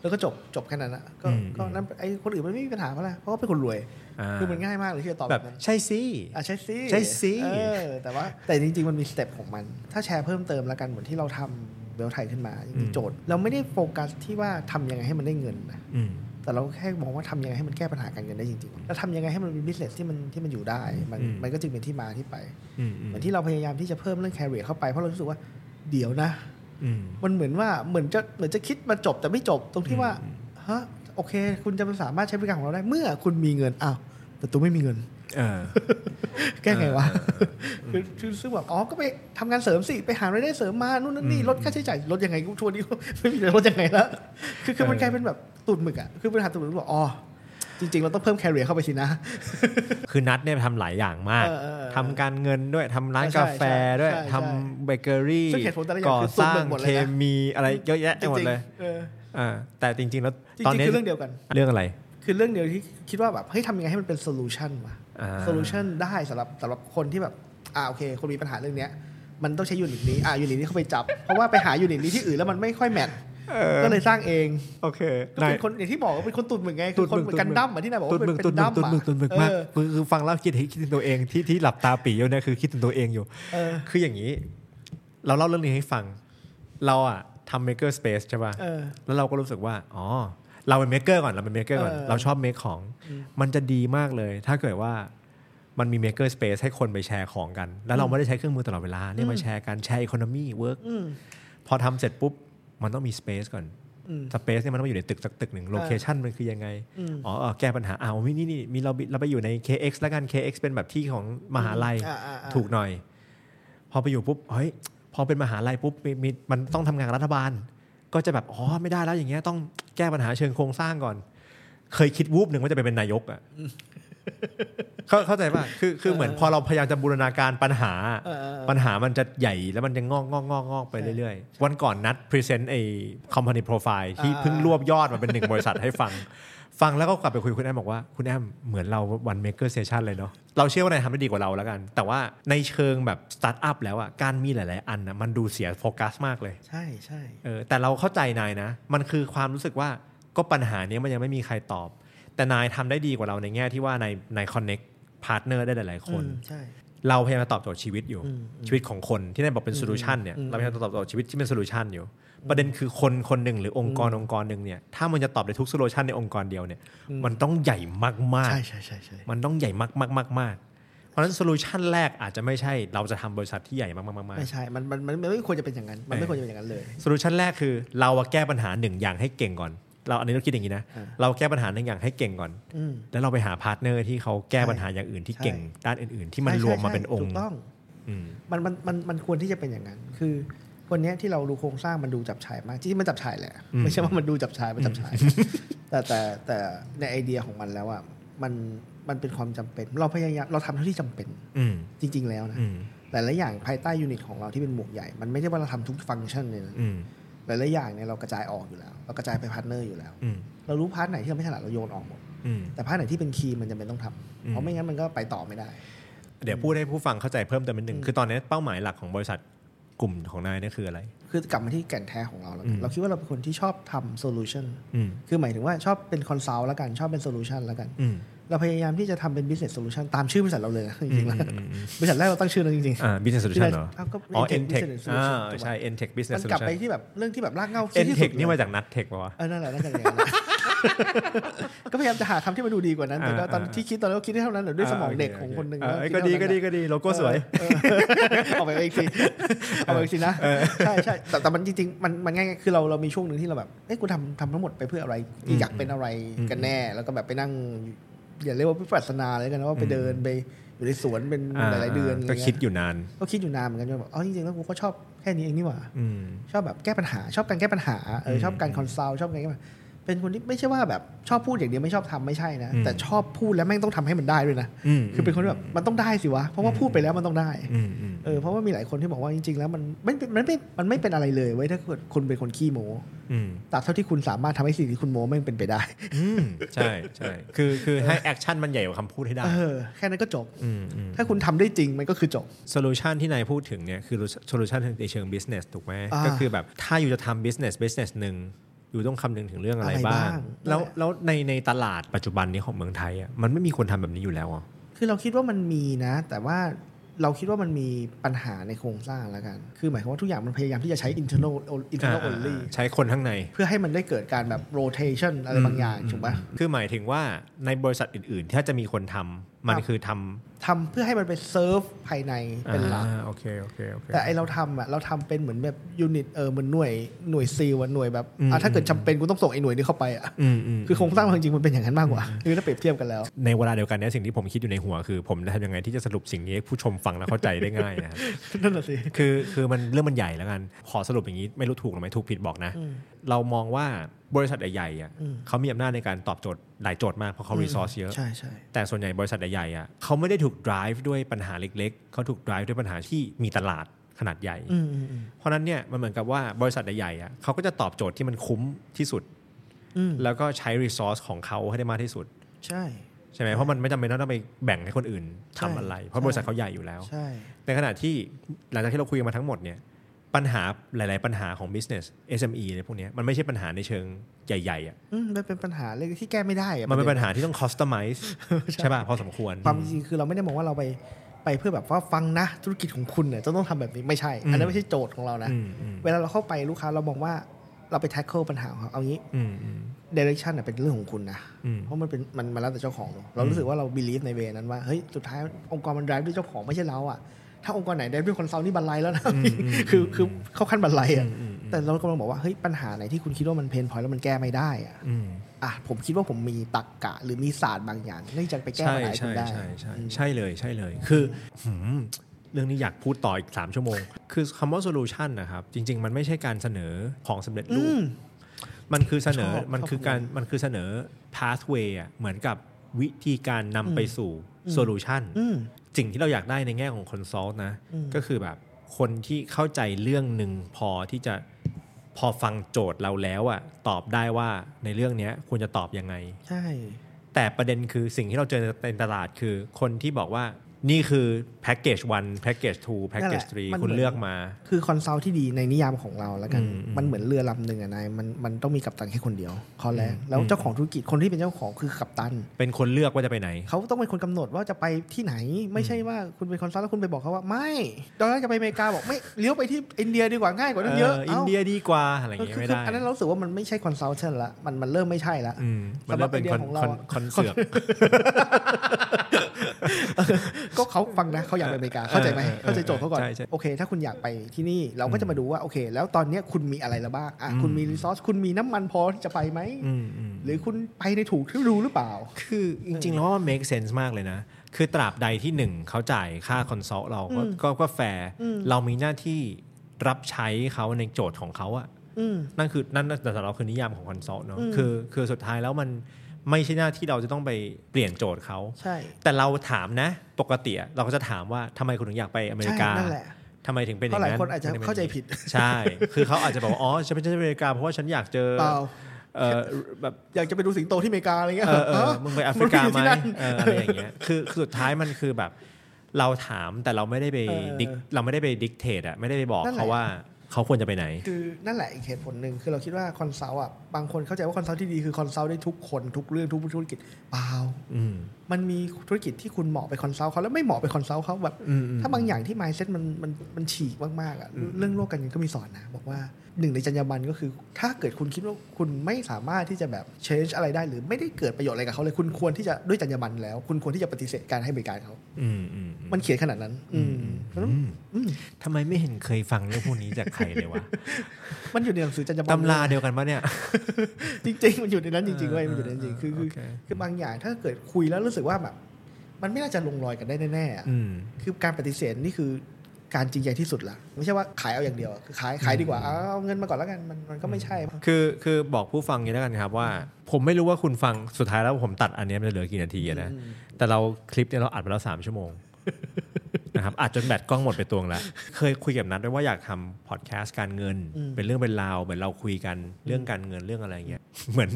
แล้วก็จบจบแค่นั้นอะก็ อืม ก็นั่นไอ้คนอื่นมันไม่มีปัญหาเพราะอะไรเพราะว่าเป็นคนรวย อ่า คือมันง่ายมากเลยที่จะตอบ แบ แบบ บนั้น ใช่สิ อ่ะใช่สิ ใช่สิ เออแต่ว่าแต่จริง ๆ มันมีสเต็ปของมัน ถ้าแชร์เพิ่มเติมแล้วกันเหมือนที่เราทำเบลไทยขึ้นมาจริงๆโจทย์ เราไม่ได้โฟกัสที่ว่าทำยังไงให้มันได้เงินนะ อืม แต่เราแค่มองว่าทำยังไงให้มันแก้ปัญหาการเงินได้จริงๆ แล้วทำยังไงให้มันเป็นบิสเนสที่มันที่มันอยู่ได้ มัน อืม มันก็จึงเป็นที่มาที่ไป อืมอื เห ม มือนที่เราพยายามที่จะเพิ่มเรื่องแคริเอร์เข้าไป เพราะเรารู้สึกว่าเดี๋ยวนะ อืม มันเหมือนว่าเหมือนจะเหมือนจะคิดมาจบแต่ไม่จบตรงที่ว่า อืม ฮะโอเค คุณจะสามารถใช้บริการของเราได้เมื่อคุณมีเงินอ้าวแต่ตัวไม่มีเงิน [LAUGHS] เออ แก้ไงวะ เออเออ คือคือซึ่งแบบอ๋อก็ไปทำงานเสริมสิไปหารายได้เสริมมานู่นนั่นนี่ อืม ลดค่าใช้จ่ายลดยังไงกูทัวร์นี้ [LAUGHS] ไม่มีเลยลดยังไงแล้วคือคือมัเอนอ กลายเป็นแบบตุ่นหมึกอ่ะคือปัญหาตุ่นหมึกบอกอ๋อจริง ๆ เราต้องเพิ่มแคริเอร์เข้าไปสินะ คือนัดเนี่ยทำหลายอย่างมาก เออเออเออ ทำการเงินด้วยทำร้านกาแฟด้วย ใช่ใช่ ทำเบเกอรี่ ซึ่งเหตุผลแต่ละอย่าง ก่อ คือ ส ซุ่ม ร้า ไป ง หมดเล เค ยนะ มีอะไรเยอะแยะไป จริ หมด ง เลย ๆเออ อ่าแต่จริง ๆ แล้ว จริ ตอน งๆ นี้ คือเรื่องเดียวกัน เรื่องอะไร คือเรื่องเดียวที่คิดว่าแบบเฮ้ยทำยังไงให้มันเป็นโซลูชันวะ อ่า โซลูชันได้สำหรับสำหรับคนที่แบบอ่าโอเค คนมีปัญหาเรื่องเนี้ย มันต้องใช้ยูนิตนี้อ่ายูนิตนี้เขาไปจับ [LAUGHS] เพราะว่าไปหายูนิตนี้ที่อื่นแล้วมันไม่ค่อยแมท เออ ก็เลยสร้างเอง โอเค ก็ นาย เป็นคนอย่างที่บอกว่าเป็นคนตุ่นเหมือนไงคือ ตุ่ คน น เห เหมื มือ อนกันกัน นดั้มเหมือนที่นายบอก ตุน ว่า มึ เป็ ก น ตุ เป็น น มึกตุนดั้มอะ มึกตุนมึกมาก เออ คือคือฟังแล้วคิดคิดถึงตัวเองที่ที่หลับตาปีอยู่เนี่ยคือคิดถึงตัวเองอยู่ เออ คืออย่างนี้ เราเล่าเรื่องนี้ให้ฟัง เราอะทำ maker space ใช่ป่ะ เออ แล้วเราก็รู้สึกว่า อ๋อ เราเป็น maker ก่อนเราเป็น maker ก่อน เออ เราชอบ make ของ อืม มันจะดีมากเลย ถ้าเกิดว่ามันมี maker space ให้คนไปแชร์ของกัน แล้วเราไม่ได้ใช้เครื่องมือตลอดเวลาเนี่ยมาแชร์กันแชร์ economy work อืม พอทำเสร็จปุ๊บ มันต้องมี space ก่อน อืม space เนี่ยมันต้องอยู่ในตึกสักตึกหนึ่ง location มันคือยังไง อืม อ๋อเออแก้ปัญหาอ้าวนี่นี่มีเราบิเราไปอยู่ใน KX แล้วกัน KX เป็นแบบที่ของมหาลัย อ่าอ่าอ่า ถูกหน่อย พอไปอยู่ปุ๊บเฮ้ยพอเป็นมหาลัยปุ๊บมีมีมันต้องทำงานกับรัฐบาล ก็จะแบบอ๋อไม่ได้แล้วอย่างเงี้ยต้องแก้ปัญหาเชิงโครงสร้างก่อน เคยคิดวูบหนึ่งว่าจะไปเป็นนายกอ่ะเข้าเข้าใจป่ะคือคือเหมือนพอเราพยายามจะบูรณาการปัญหา เออเออ ปัญหามันจะใหญ่แล้วมันจะงอกงอกงอกงอกไปเรื่อยๆ วันก่อนนัดพรีเซนต์ไอ้คอมพานีโปรไฟล์ที่ อ่า เพิ่งรวบยอดมาเป็นหนึ่งบริษัทให้ฟัง ฟังแล้วก็กลับไปคุยกับคุณแอมบอกว่า คุณแอมเหมือนเราวันเม k เกอร์เซชันเลยเนาะเราเชื่อว่านายทำได้ดีกว่าเราแล้วกัน แต่ว่าในเชิงแบบสตาร์ทอัพแล้วอะการมีหลายๆ อันนะมันดูเสียโฟกัสมากเลย ใช่ใช่ เออแต่เราเข้าใจนายนะ มันคือความรู้สึกว่าก็ปัญหาเนี้ยมันยังไม่มีใครตอบ แต่นายทำได้ดีกว่าเราในแง่ที่ว่านายนายคอนเน็กพาร์ทเนอร์ได้หลายๆ คน อืมใช่ เราพยายามจะตอบโจทย์ชีวิตอยู่ อืม ชีวิตของคนที่นายบอกเป็นโซลูชันเนี่ย อืม เราพยายามจะตอบโจทย์ชีวิตที่เป็นโซลูชันอยู่ ประเด็นคือคนคนหนึ่งหรือองค์กรองค์กรหนึ่งเนี่ยถ้ามันจะตอบได้ทุกโซลูชันในองค์กรเดียวเนี่ยมันต้องใหญ่มาก ใช่ใช่ใช่ใช่ ๆ มันต้องใหญ่มากๆมากๆเพราะฉะนั้นโซลูชันแรกอาจจะไม่ใช่เราจะทำบริษัทที่ใหญ่มากๆๆๆ ไม่ใช่มันมันมันมันไม่ควรจะเป็นอย่างนั้น มันไม่ควรจะเป็นอย่างนั้นเลย โซลูชันแรกคือเราอะแก้ปัญหาหนึ่งอย่างให้เก่งก่อน เราอันนี้เราคิดอย่างนี้นะ อ่า เราแก้ปัญหาหนึ่งอย่างให้เก่งก่อน อืม แล้วเราไปหาพาร์ทเนอร์ที่เขาแก้ปัญหาอย่างอื่นที่ ใช่ เก่งด้านอื่น ๆ ที่มัน ใช่ รวมมา ใช่ เป็นอง ถู ค์ กต้อง อืม มันมันมันมันควรที่จะเป็นอย่างนั้น คือวันเนี้ยที่เราดูโครงสร้างมันดูจับฉายมากจริงๆมันจับฉายแหละไม่ใช่ว่ามันดูจับฉายมันจับฉาย [LAUGHS] แต่แต่แต่ในไอเดียของมันแล้วอ่ะมันมันเป็นความจำเป็น เราพยายามเราทำเท่าที่จำเป็น อืม จริง ๆ แล้วนะ อืม หลายๆอย่างภายใต้ยูนิตของเราที่เป็นหมวกใหญ่ มันไม่ใช่ว่าเราทำทุกฟังก์ชันเลยนะ อืม หลายๆอย่างเนี่ยเรากระจายออกอยู่แล้ว เรากระจายไปพาร์ทเนอร์อยู่แล้ว อืม เรารู้พาร์ทไหนที่เราไม่ถนัดเราโยนออกหมด อืม แต่พาร์ทไหนที่เป็นคีย์มันจำเป็นต้องทำ อืม เพราะไม่งั้นมันก็ไปต่อไม่ได้ เดี๋ยวพูดให้ผู้ฟังเข้าใจเพิ่มเติมนิดนึงคือตอนนี้เป้าหมายหลักของบริษัทกลุ่มของนายเนี่ยคืออะไร คือกลับมาที่แก่นแท้ของเราแล้วกั อื น ม เราคิดว่าเราเป็นคนที่ชอบทำโซลูชัน อืม คือหมายถึงว่าชอบเป็นคอนซัลท์แล้วกัน ชอบเป็นโซลูชันแล้วกัน อืม เราพยายามที่จะทำเป็นบิสเนสโซลูชันตามชื่อบริษัทเราเลยนะ [LAUGHS] จ อื ริ ม งๆแล้ว อืมอืม บริษัทแรกเราตั้งชื่อนั้นจริงๆ อ่า business solution [LAUGHS] เหรอ าวก็ อ๋อ Entech Entech Business อ่า Solution ถูกปะ ใช่ Entech มั business นกลับไป solution ที่แบบเรื่องที่แบบรากเหง้าที่สุ Entech ด นี่ เลย มาจากนัดเทคปะวะ เออนั่นแหละน่าจะอย่างนั้นนะ [LAUGHS] ก็พยายามจะหาคำที่มันดูดีกว่านั้นแต่ก็ตอน อ่า ที่คิดตอนนั้นก็คิดได้เท่านั้นแหละด้วยสมองเด็กของคนหนึ่ง เออ แล้ว เอ้ยก็คิดีก็เท่านั้นอะ ดีก็ดีโลโก้สวย เออ [LAUGHS] เออออกไปอีก [LAUGHS] ทีออกไปอีกทีนะใช่ใช่แต่แต่มันจริงๆมันมันง่ายๆคือเราเรามีช่วงหนึ่งที่เราแบบเอ้ยกูทำทำทั้งหมดไปเพื่ออะไรกูอยากเป็นอะไรกันแน่ แล้วก็แบบไปนั่งอย่าเรียกว่าวิปัสสนาเลยกันนะว่าไปเดินไปอยู่ในสวนเป็นหลายๆเดือนอะไร ก็ เงี้ย คิดอยู่นาน ก็คิดอยู่นานเหมือนกันจนแบบอ๋อจริงๆแล้วกูก็ชอบแค่นี้เองนี่หว่า อืม ชอบแบบแก้ปัญหา ชอบการแก้ปัญหาเออ ม ชอบการคอนซัลท์ชอบการแก้ปัญหาเป็นคนที่ไม่ใช่ว่าแบบชอบพูดอย่างเดียวไม่ชอบทำไม่ใช่นะ อืม แต่ชอบพูดแล้วแม่งต้องทำให้มันได้ด้วยนะ อืม คือเป็นคนที่แบบมันต้องได้สิวะเพราะว่าพูดไปแล้วมันต้องได้ อืมอืม เออเพราะว่ามีหลายคนที่บอกว่าจริงๆ แล้วมันไม่เป็นมันไม่มันไม่เป็นอะไรเลยเว้ยถ้าเกิดคุณเป็นคนขี้โม้ อืม ตราบเท่าที่คุณสามารถทำให้สิ่งที่คุณโม้ไม่งเป็นไปได้ อืมใช่ใช่คือคือให้แอคชั่นมันใหญ่กว่าคำพูดให้ได้ เออ แค่นั้นก็จบ อืมอืม ถ้าคุณทำได้จริงมันก็คือจบ โซลูชันที่นายพูดถึงเนี่ยคือโซลูชันในเชิงบิสเนสถูกไหม อ่า ก็คือแบบถ้าอยู่จะทำบิสเนสบิสเนสหนึ่งอยู่ต้องคำนึงถึงเรื่องอะไร อะไร บ้า บ้าง ง แล้วแล้วในในตลาดปัจจุบันนี้ของเมืองไทยอ่ะมันไม่มีคนทำแบบนี้อยู่แล้วอ่ะ คือเราคิดว่ามันมีนะ แต่ว่าเราคิดว่ามันมีปัญหาในโครงสร้างแล้วกัน คือหมายความว่าทุกอย่างมันพยายามที่จะใช้ internal internal อ่า only ใช้คนข้างใน เพื่อให้มันได้เกิดการแบบ rotation อะไรบางอย่างถูกปะ คือหมายถึงว่าในบริษัทอื่นๆ ถ้าจะมีคนทำมันคือทำ ทำเพื่อให้มันไป serve ภายในเป็นหลัก อ่าโอเคโอเคโอเค แต่ไอเราทำอ่ะเราทำเป็นเหมือนแบบยูนิตเออเหมือนหน่วยหน่วยซีลอะหน่วยแบบ อืม อ่ะถ้าเกิดจำเป็นกูต้องส่งไอหน่วยนี้เข้าไปอ่ะ อืมอืม คือโครงสร้างมันจริงๆมันเป็นอย่างนั้นมากกว่าคือถ้าเปรียบเทียบกันแล้ว ในเวลาเดียวกันเนี้สิ่งที่ผมคิดอยู่ในหัวคือ ผมจะทำยังไงที่จะสรุปสิ่งนี้ให้ผู้ชมฟังแล้วเข้าใจได้ง่าย [LAUGHS] นะครับ นั่นแหะสิ คือคือมันเรื่องมันใหญ่แล้วกัน ขอสรุปอย่างนี้ไม่รู้ถูกหรือไม่ถูกผิดบอกนะ อืม เรามองว่าบริษัทใหญ่ๆอ่ะ อืม เขามีอำนาจในการตอบโจทย์หลายโจทย์มากเพราะเขารีซอสเยอะ ใช่ใช่ แต่ส่วนใหญ่บริษัทใหญ่ๆอ่ะเขาไม่ได้ถูก drive ด้วยปัญหาเล็กๆ เขาถูก drive ด้วยปัญหาที่มีตลาดขนาดใหญ่ อืมอืมอืม เพราะฉะนั้นเนี่ยมันเหมือนกับว่าบริษัทใหญ่ๆอ่ะเขาก็จะตอบโจทย์ที่มันคุ้มที่สุด อืม แล้วก็ใช้รีซอสของเขาให้ได้มากที่สุด ใช่ ใช่ไหมเพราะมันไม่จำเป็นต้องไปแบ่งให้คนอื่นทำอะไร ใช่ เพราะบริษัทเขาใหญ่อยู่แล้ว ใช่ ในขณะที่หลังจากที่เราคุยกันมาทั้งหมดเนี่ยปัญหาหลาย ๆ ปัญหาของ business SME อะไรพวกเนี้ยมันไม่ใช่ปัญหาในเชิงใหญ่ ๆอ่ะ อืมมันเป็นปัญหาเล็กที่แก้ไม่ได้อะ มันเป็นปัญ ระด็ หาที่ต้อง [LAUGHS] customize ใช่ป่ะพอสมควร ความจริงคือเราไม่ได้มองว่าเราไปไปเพื่อแบบว่าฟังนะธุรกิจของคุณเนี่ยจะต้องทำแบบนี้ไม่ใช่ อันนั้นไม่ใช่โจทย์ของเรานะ อืมอืม เวลาเราเข้าไปลูกค้าเรามองว่าเราไป tackle ปัญหาของเขาเอางี้ อืมอืม direction น่ะเป็นเรื่องของคุณนะ อืม เพราะมันเป็นมันมันแล้วแต่เจ้าของเนอะเรารู้สึกว่าเราบิลีฟในเวนั้นว่าเฮ้ยสุดท้ายองค์กรมัน drive ด้วยเจ้าของไม่ใช่เราอะถ้าองค์กรไหน drive ด้วยคนเซานี่บันไลแล้วนะคือคือเข้าขั้นบันไลอะแต่เรากำลังบอกว่าเฮ้ยปัญหาไหนที่คุณคิดว่ามันเพนพอยแล้วมันแก้ไม่ได้อะ อืม อ่ะผมคิดว่าผมมีตรรกกะหรือมีศาสตร์บางอย่างที่จะไปแก้ ใช่ ปัญหาให้คุ ใช่ ณได้ ใช่ใช่ใช่เลยใช่เลยคือหืมเรื่องนี้อยากพูดต่ออีก 3 ชั่วโมง คือคำว่า solution นะครับจริง ๆ มันไม่ใช่การเสนอของสำเร็จรูป มันคือเสนอ ชอบ มันคือการ ชอบคำนี้ มันคือเสนอ pathway อะเหมือนกับวิธีการนำไปสู่ solution อืม สิ่งที่เราอยากได้ในแง่ของ consult นะ ก็คือแบบคนที่เข้าใจเรื่องหนึ่งพอที่จะพอฟังโจทย์เราแล้วอะตอบได้ว่าในเรื่องเนี้ยควรจะตอบยังไง ใช่ แต่ประเด็นคือสิ่งที่เราเจอในตลาดคือคนที่บอกว่า นี่คือแพ็กเกจวันแพ็กเกจทูแพ็กเกจทรี นั่นแหละมัน คุณ เหมือน เลือกมา คือคอนซัลท์ที่ดีในนิยามของเราแล้วกัน อืมอืม มันเหมือนเรือลำหนึ่งอะนายมันมันต้องมีกัปตันแค่คนเดียวข้อแรก อืม แล้ว อืม เจ้าของธุรกิจคนที่เป็นเจ้าของคือกัปตัน เป็นคนเลือกว่าจะไปไหน เขาต้องเป็นคนกำหนดว่าจะไปที่ไหน ไม่ใช่ว่าคุณเป็นคอนซัลท์แล้วคุณไปบอกเขาว่าไม่ตอนแรกจะไปอเมริกาบอกไม่เลี้ยวไปที่อินเดียดีกว่าง่ายกว่าตั้งเยอะ อินเดียดีกว่าอะไรอย่างเงี้ยเอ้าคือ ไม่ คือ ได้ อันนั้นเรารู้สึกว่ามันไม่ใช่คอนซัลเทนละมันมันเริ่มไม่ใช่ละ อืมมันเริ่มเป็น สำหรับไอเดีย คอน ของเรา คอนคออะนเสือก [LAUGHS] ก็เขาฟังนะเขาอยากไปอเมริกาเข้าใจไหมเข้าใจโจทย์เขาก่อน ใช่ใช่ โอเค ถ้าคุณอยากไปที่นี่เราก็จะมาดูว่าโอเค แล้วตอนเนี้ยคุณมีอะไรแล้วบ้างอ่ะ อืม คุณมีรีซอสคุณมีน้ำมันพอที่จะไปไหม อืมอืม หรือคุณไปในถูกที่รู้หรือเปล่า คือจริงๆแล้วว่ามัน make sense มากเลยนะ คือตราบใดที่หนึ่งเขาจ่ายค่าคอนซัลท์เราก็ อืม ก็ก็แฟร์ อืม เรามีหน้าที่รับใช้เขาในโจทย์ของเขาอะ อืม นั่นคือนั่นนั่นสำหรับเราคือนิยามของคอนซัลท์เนาะ อืม คือคือสุดท้ายแล้วมันไม่ใช่หน้าที่เราจะต้องไปเปลี่ยนโจทย์เขา ใช่ แต่เราถามนะ ปกติอะเราก็จะถามว่าทำไมคุณถึงอยากไปอเมริกา ใช่นั่นแหละ ทำไมถึงเป็นอ เพ ย่า ราะ ง หลาย นั้น คนอาจจะ ทำไมป็น เข้าใจผิด ใช่ คือเขาอาจจะบอกว่าอ๋อฉันไปที่อเมริกาเพราะว่าฉันอยากเจอ เปล่า เออแบบ อยากจะไปดูสิงโตที่อเมริกาอะไรเงี้ย เออเออ ฮะ มึงไปแอฟริกา มึไหงไปอยู่ที่ ม นั่น เอออะไรอย่างเงี้ย คือคือสุดท้ายมันคือแบบ เราถามแต่เราไม่ได้ไป เออ ดิกเราไม่ได้ไปดิกเทตอะไม่ได้ไปบอก นั่นแหละ เขาว่าเขาควรจะไปไหน คือนั่นแหละอีกเหตุผลหนึ่งคือเราคิดว่าคอนซัลท์อ่ะบางคนเข้าใจว่าคอนซัลท์ที่ดีคือคอนซัลท์ได้ทุกคนทุกเรื่องทุกธุรกิจเปล่า อืม มันมีธุรกิจที่คุณเหมาะไปคอนซัลท์เขาแล้วไม่เหมาะไปคอนซัลท์เขาแบบ อืมอืม ถ้าบางอย่างที่ mindset มันมันมันฉีกมากๆอะ อืม เรื่องโลกการเงินก็มีสอนนะ บอกว่าหนึ่งในจรรยาบรรณก็คือ ถ้าเกิดคุณคิดว่าคุณไม่สามารถที่จะแบบ change อะไรได้ หรือไม่ได้เกิดประโยชน์อะไรกับเขาเลยคุณควรที่จะด้วยจรรยาบรรณแล้ว คุณควรที่จะปฏิเสธการให้บริการเขา อืมอืมอื มันเขียนขนาดนั้น อืมเพราะฉะนั้นอืม ทำไมไม่เห็นเคยฟังเรื่องพวกนี้จากใครเลยวะ มันอยู่ในหนังสือจรรยาบรรณ ตำราเดียวกันปะเนี่ย จริง ๆ มันอยู่ในนั้นจริงๆเว้ยมันอยู่ในนั้นจริงๆคือคือ โเ คือบางอย่างถ้าเกิดคุยแล้วรู้สึกว่าแบบมันไม่น่าจะลงรอยกันได้แน่ๆอะ อืม คือการปฏิเสธนี่คือการจริงใจที่สุดละไม่ใช่ว่าขายเอาอย่างเดียวอะคือขายขายดีกว่าเอาเอาเงินมาก่อนแล้วกันมันมันก็ไม่ใช่ คือคือบอกผู้ฟังอย่างนี้แล้วกันครับว่า ผมไม่รู้ว่าคุณฟังสุดท้ายแล้วผมตัดอันเนี้ยมันจะเหลือกี่นาทีอะนะ อืม แต่เราคลิปเนี่ยเราอัดไปแล้วสามชั่วโม [LAUGHS] ง นะครับอัดจนแบตกล้องหมดไปตวงแล้ว เคยคุยกับนัดด้วยว่าอยากทำพอดแคสต์การเงิน อืม เป็นเรื่องเป็นราวเหมือนเราคุยกันเรื่องการเงินเรื่องอะไรอย่างเงี้ย เหมือน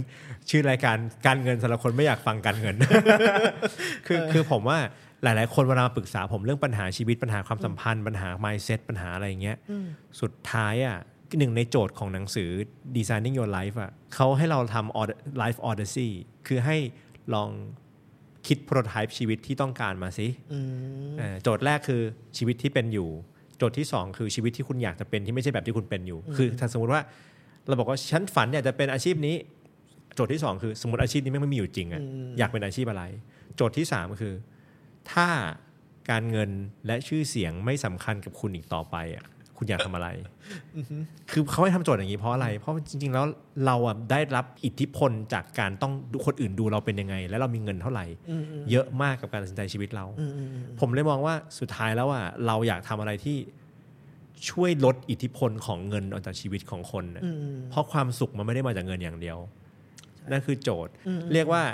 ชื่อรายการการเงินสำหรับคนไม่อยากฟังการเงิน [LAUGHS] คือคือผมว่าหลาย ๆ คนเวลามาปรึกษาผมเรื่องปัญหาชีวิตปัญหาความสัมพันธ์ปัญหา mindset ปัญหาอะไรอย่างเงี้ย อืม สุดท้ายอ่ะหนึ่งในโจทย์ของหนังสือ Designing Your Life อ่ะเขาให้เราทำ Life Odyssey คือให้ลองคิดโปร t y p e ชีวิตที่ต้องการมาสิ อืม เอ่อโจทย์แรกคือชีวิตที่เป็นอยู่ โจทย์ที่ 2 คือชีวิตที่คุณอยากจะเป็นที่ไม่ใช่แบบที่คุณเป็นอยู่ คือถ้าสมมติว่าเราบอกว่าฉันฝันอยากจะเป็นอาชีพนี้ โจทย์ที่ 2 คือสมมติอาชีพนี้แม่งไม่มีอยู่จริงอ่ะอยากเป็นอาชีพอะไร โจทย์ที่ 3 คือ ถ้าการเงินและชื่อเสียงไม่สำคัญกับคุณอีกต่อไปอ่ะคุณอยากทำอะไร คือเขาให้ทำโจทย์อย่างนี้เพราะอะไร เพราะจริง ๆ แล้วเราอะได้รับอิทธิพลจากการต้องดูคนอื่นดูเราเป็นยังไง และเรามีเงินเท่าไหร่ อืมอืม เยอะมากกับการตัดสินใจชีวิตเรา อืมอืมอืม ผมเลยมองว่าสุดท้ายแล้วอะเราอยากทำอะไรที่ช่วยลดอิทธิพลของเงินออกจากชีวิตของคนน่ะ อืมอืม เพราะความสุขมันไม่ได้มาจากเงินอย่างเดียว นั่นคือโจทย์ เรียกว่า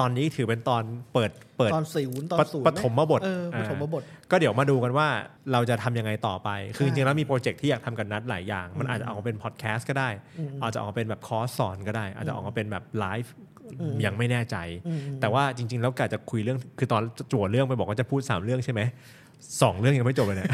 ตอนนี้ถือเป็นตอนเปิดเปิด ตอนศูนย์ตอน ปฐ ศูนย์ ปฐมบท เออปฐม อ่า บท ก็เดี๋ยวมาดูกันว่าเราจะทำยังไงต่อไป คือ ใช่ จริงๆแล้วมีโปรเจกต์ที่อยากทำกันนัดหลายอย่าง มันอาจจะออกมาเป็นพอดแคสต์ก็ได้ อืม อาจจะออกมาเป็นแบบคอร์สสอนก็ได้ อาจจะออกมาเป็นแบบไลฟ์ อืม ยังไม่แน่ใจ อืมอืม แต่ว่าจริง ๆ แล้วกะจะคุยเรื่องคือตอนจั่วเรื่องไปบอกว่าจะพูด 3 เรื่องใช่ไหมสองเรื่องยังไม่จบเลย [LAUGHS] เนี่ย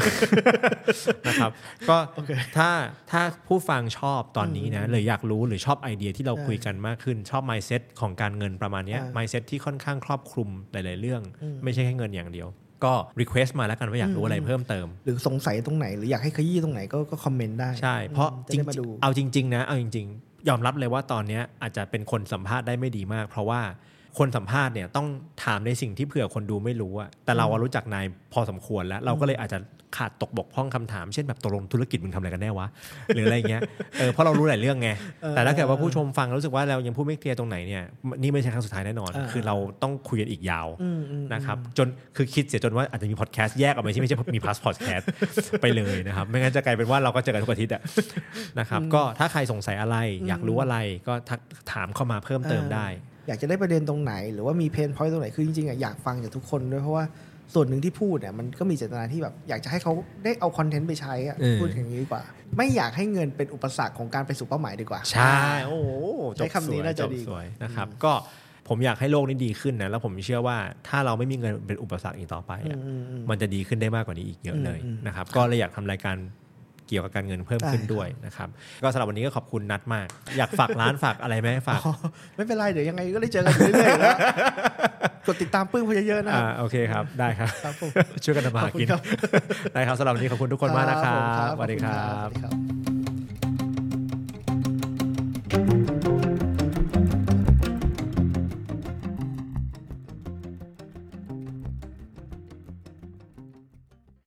นะครับ ก็ โอเค ถ้าถ้าผู้ฟังชอบตอนนี้นะหรืออยากรู้หรือชอบไอเดียที่เราคุยกันมากขึ้น ชอบ mindset ของการเงินประมาณเนี้ย อ่า mindset ที่ค่อนข้างครอบคลุมหลาย ๆ เรื่อง อืม ไม่ใช่แค่เงินอย่างเดียว ก็ request มาแล้วกันว่าอยากรู้ อืม อะไรเพิ่มเติม หรือสงสัยตรงไหน หรืออยากให้ขยี้ตรงไหนก็ก็คอมเมนต์ได้ ใช่ เพราะ อืจมจะ ริง ได้มาดู ๆเอาจริง ๆ นะ เอาจริง ๆ ยอมรับเลยว่าตอนเนี้ยอาจจะเป็นคนสัมภาษณ์ได้ไม่ดีมาก เพราะว่าคนสัมภาษณ์เนี่ยต้องถามในสิ่งที่เผื่อคนดูไม่รู้อะแต่เราอะรู้จักนายพอสมควรแล้ว เราก็เลยอาจจะขาดตกบกพร่องคำถาม เช่นแบบตกลงธุรกิจมึงทำอะไรกันแน่วะ หรืออะไรอย่างเงี้ยเออเพราะเรารู้หลายเรื่องไง เออ แต่ถ้าเกิดว่าผู้ชมฟังแล้วรู้สึกว่าเรายังพูดไม่เคลียร์ตรงไหนเนี่ยนี่ไม่ใช่ครั้งสุดท้ายแน่นอน อ่า คือเราต้องคุยกันอีกยาว อืมอืม นะครับจนคือคิดเสียจนว่าอาจจะมีพอดแคสต์แยกออกไปที่ไม่ใช่มีพ l สพอดแคสต์ ไปเลยนะครับ ไม่งั้นจะกลายเป็นว่าเราก็เจอกันทุกอาทิตย์อะนะครับก็ถ้าใครสงสัยอะไรอยากรู้อะไรก็ทักถามเข้ามาเพิ่มเติมได้ อยากจะได้ประเด็นตรงไหนหรือว่ามีเพนพอยต์ตรงไหนคือจริงๆอ่ะอยากฟังจากทุกคนด้วยเพราะว่าส่วนหนึ่งที่พูดเนี่ยมันก็มีเจตนาที่แบบอยากจะให้เขาได้เอาคอนเทนต์ไปใช้อะ เออ พูดอย่างนี้ดีกว่า ไม่อยากให้เงินเป็นอุปสรรคของการไปสู่เป้าหมายดีกว่า ใช่โอ้โหจ ใช้ บส คำนี้ วย น่า จ จะ บ ดี สวยนะครับก็ผม ผมอยากให้โลกนี้ดีขึ้นนะแล้วผมเชื่อว่าถ้าเราไม่มีเงินเป็นอุปสรรคอีกต่อไปอะ อืมอืม มันจะดีขึ้นได้มากกว่านี้อีกเยอะเลย อืมอืม นะครับ ก็เลยอยากทำรายการเกี่ยวกับการเงินเพิ่มขึ้น ได้ครับ ด้วยนะครับ ก็สำหรับวันนี้ก็ขอบคุณนัดมาก อยากฝากร้านฝากอะไรไหมฝาก อ๋อไม่เป็นไร เดี๋ยวยังไงก็ได้เจอกันเรื่อยๆอยู่ [LAUGHS] แล้วกดติดตามปื้มเขาเยอะๆนะ อ่าโอเคครับได้ [LAUGHS] ครับ ครับผม ช่วยกันทำมาหากิน [LAUGHS] ขอบคุณครับ ได้ครับสำหรับวันนี้ขอบคุณทุกคนมากนะครับ ผม สวัสดีค ขอ รั ณ บ สวัสดีครับ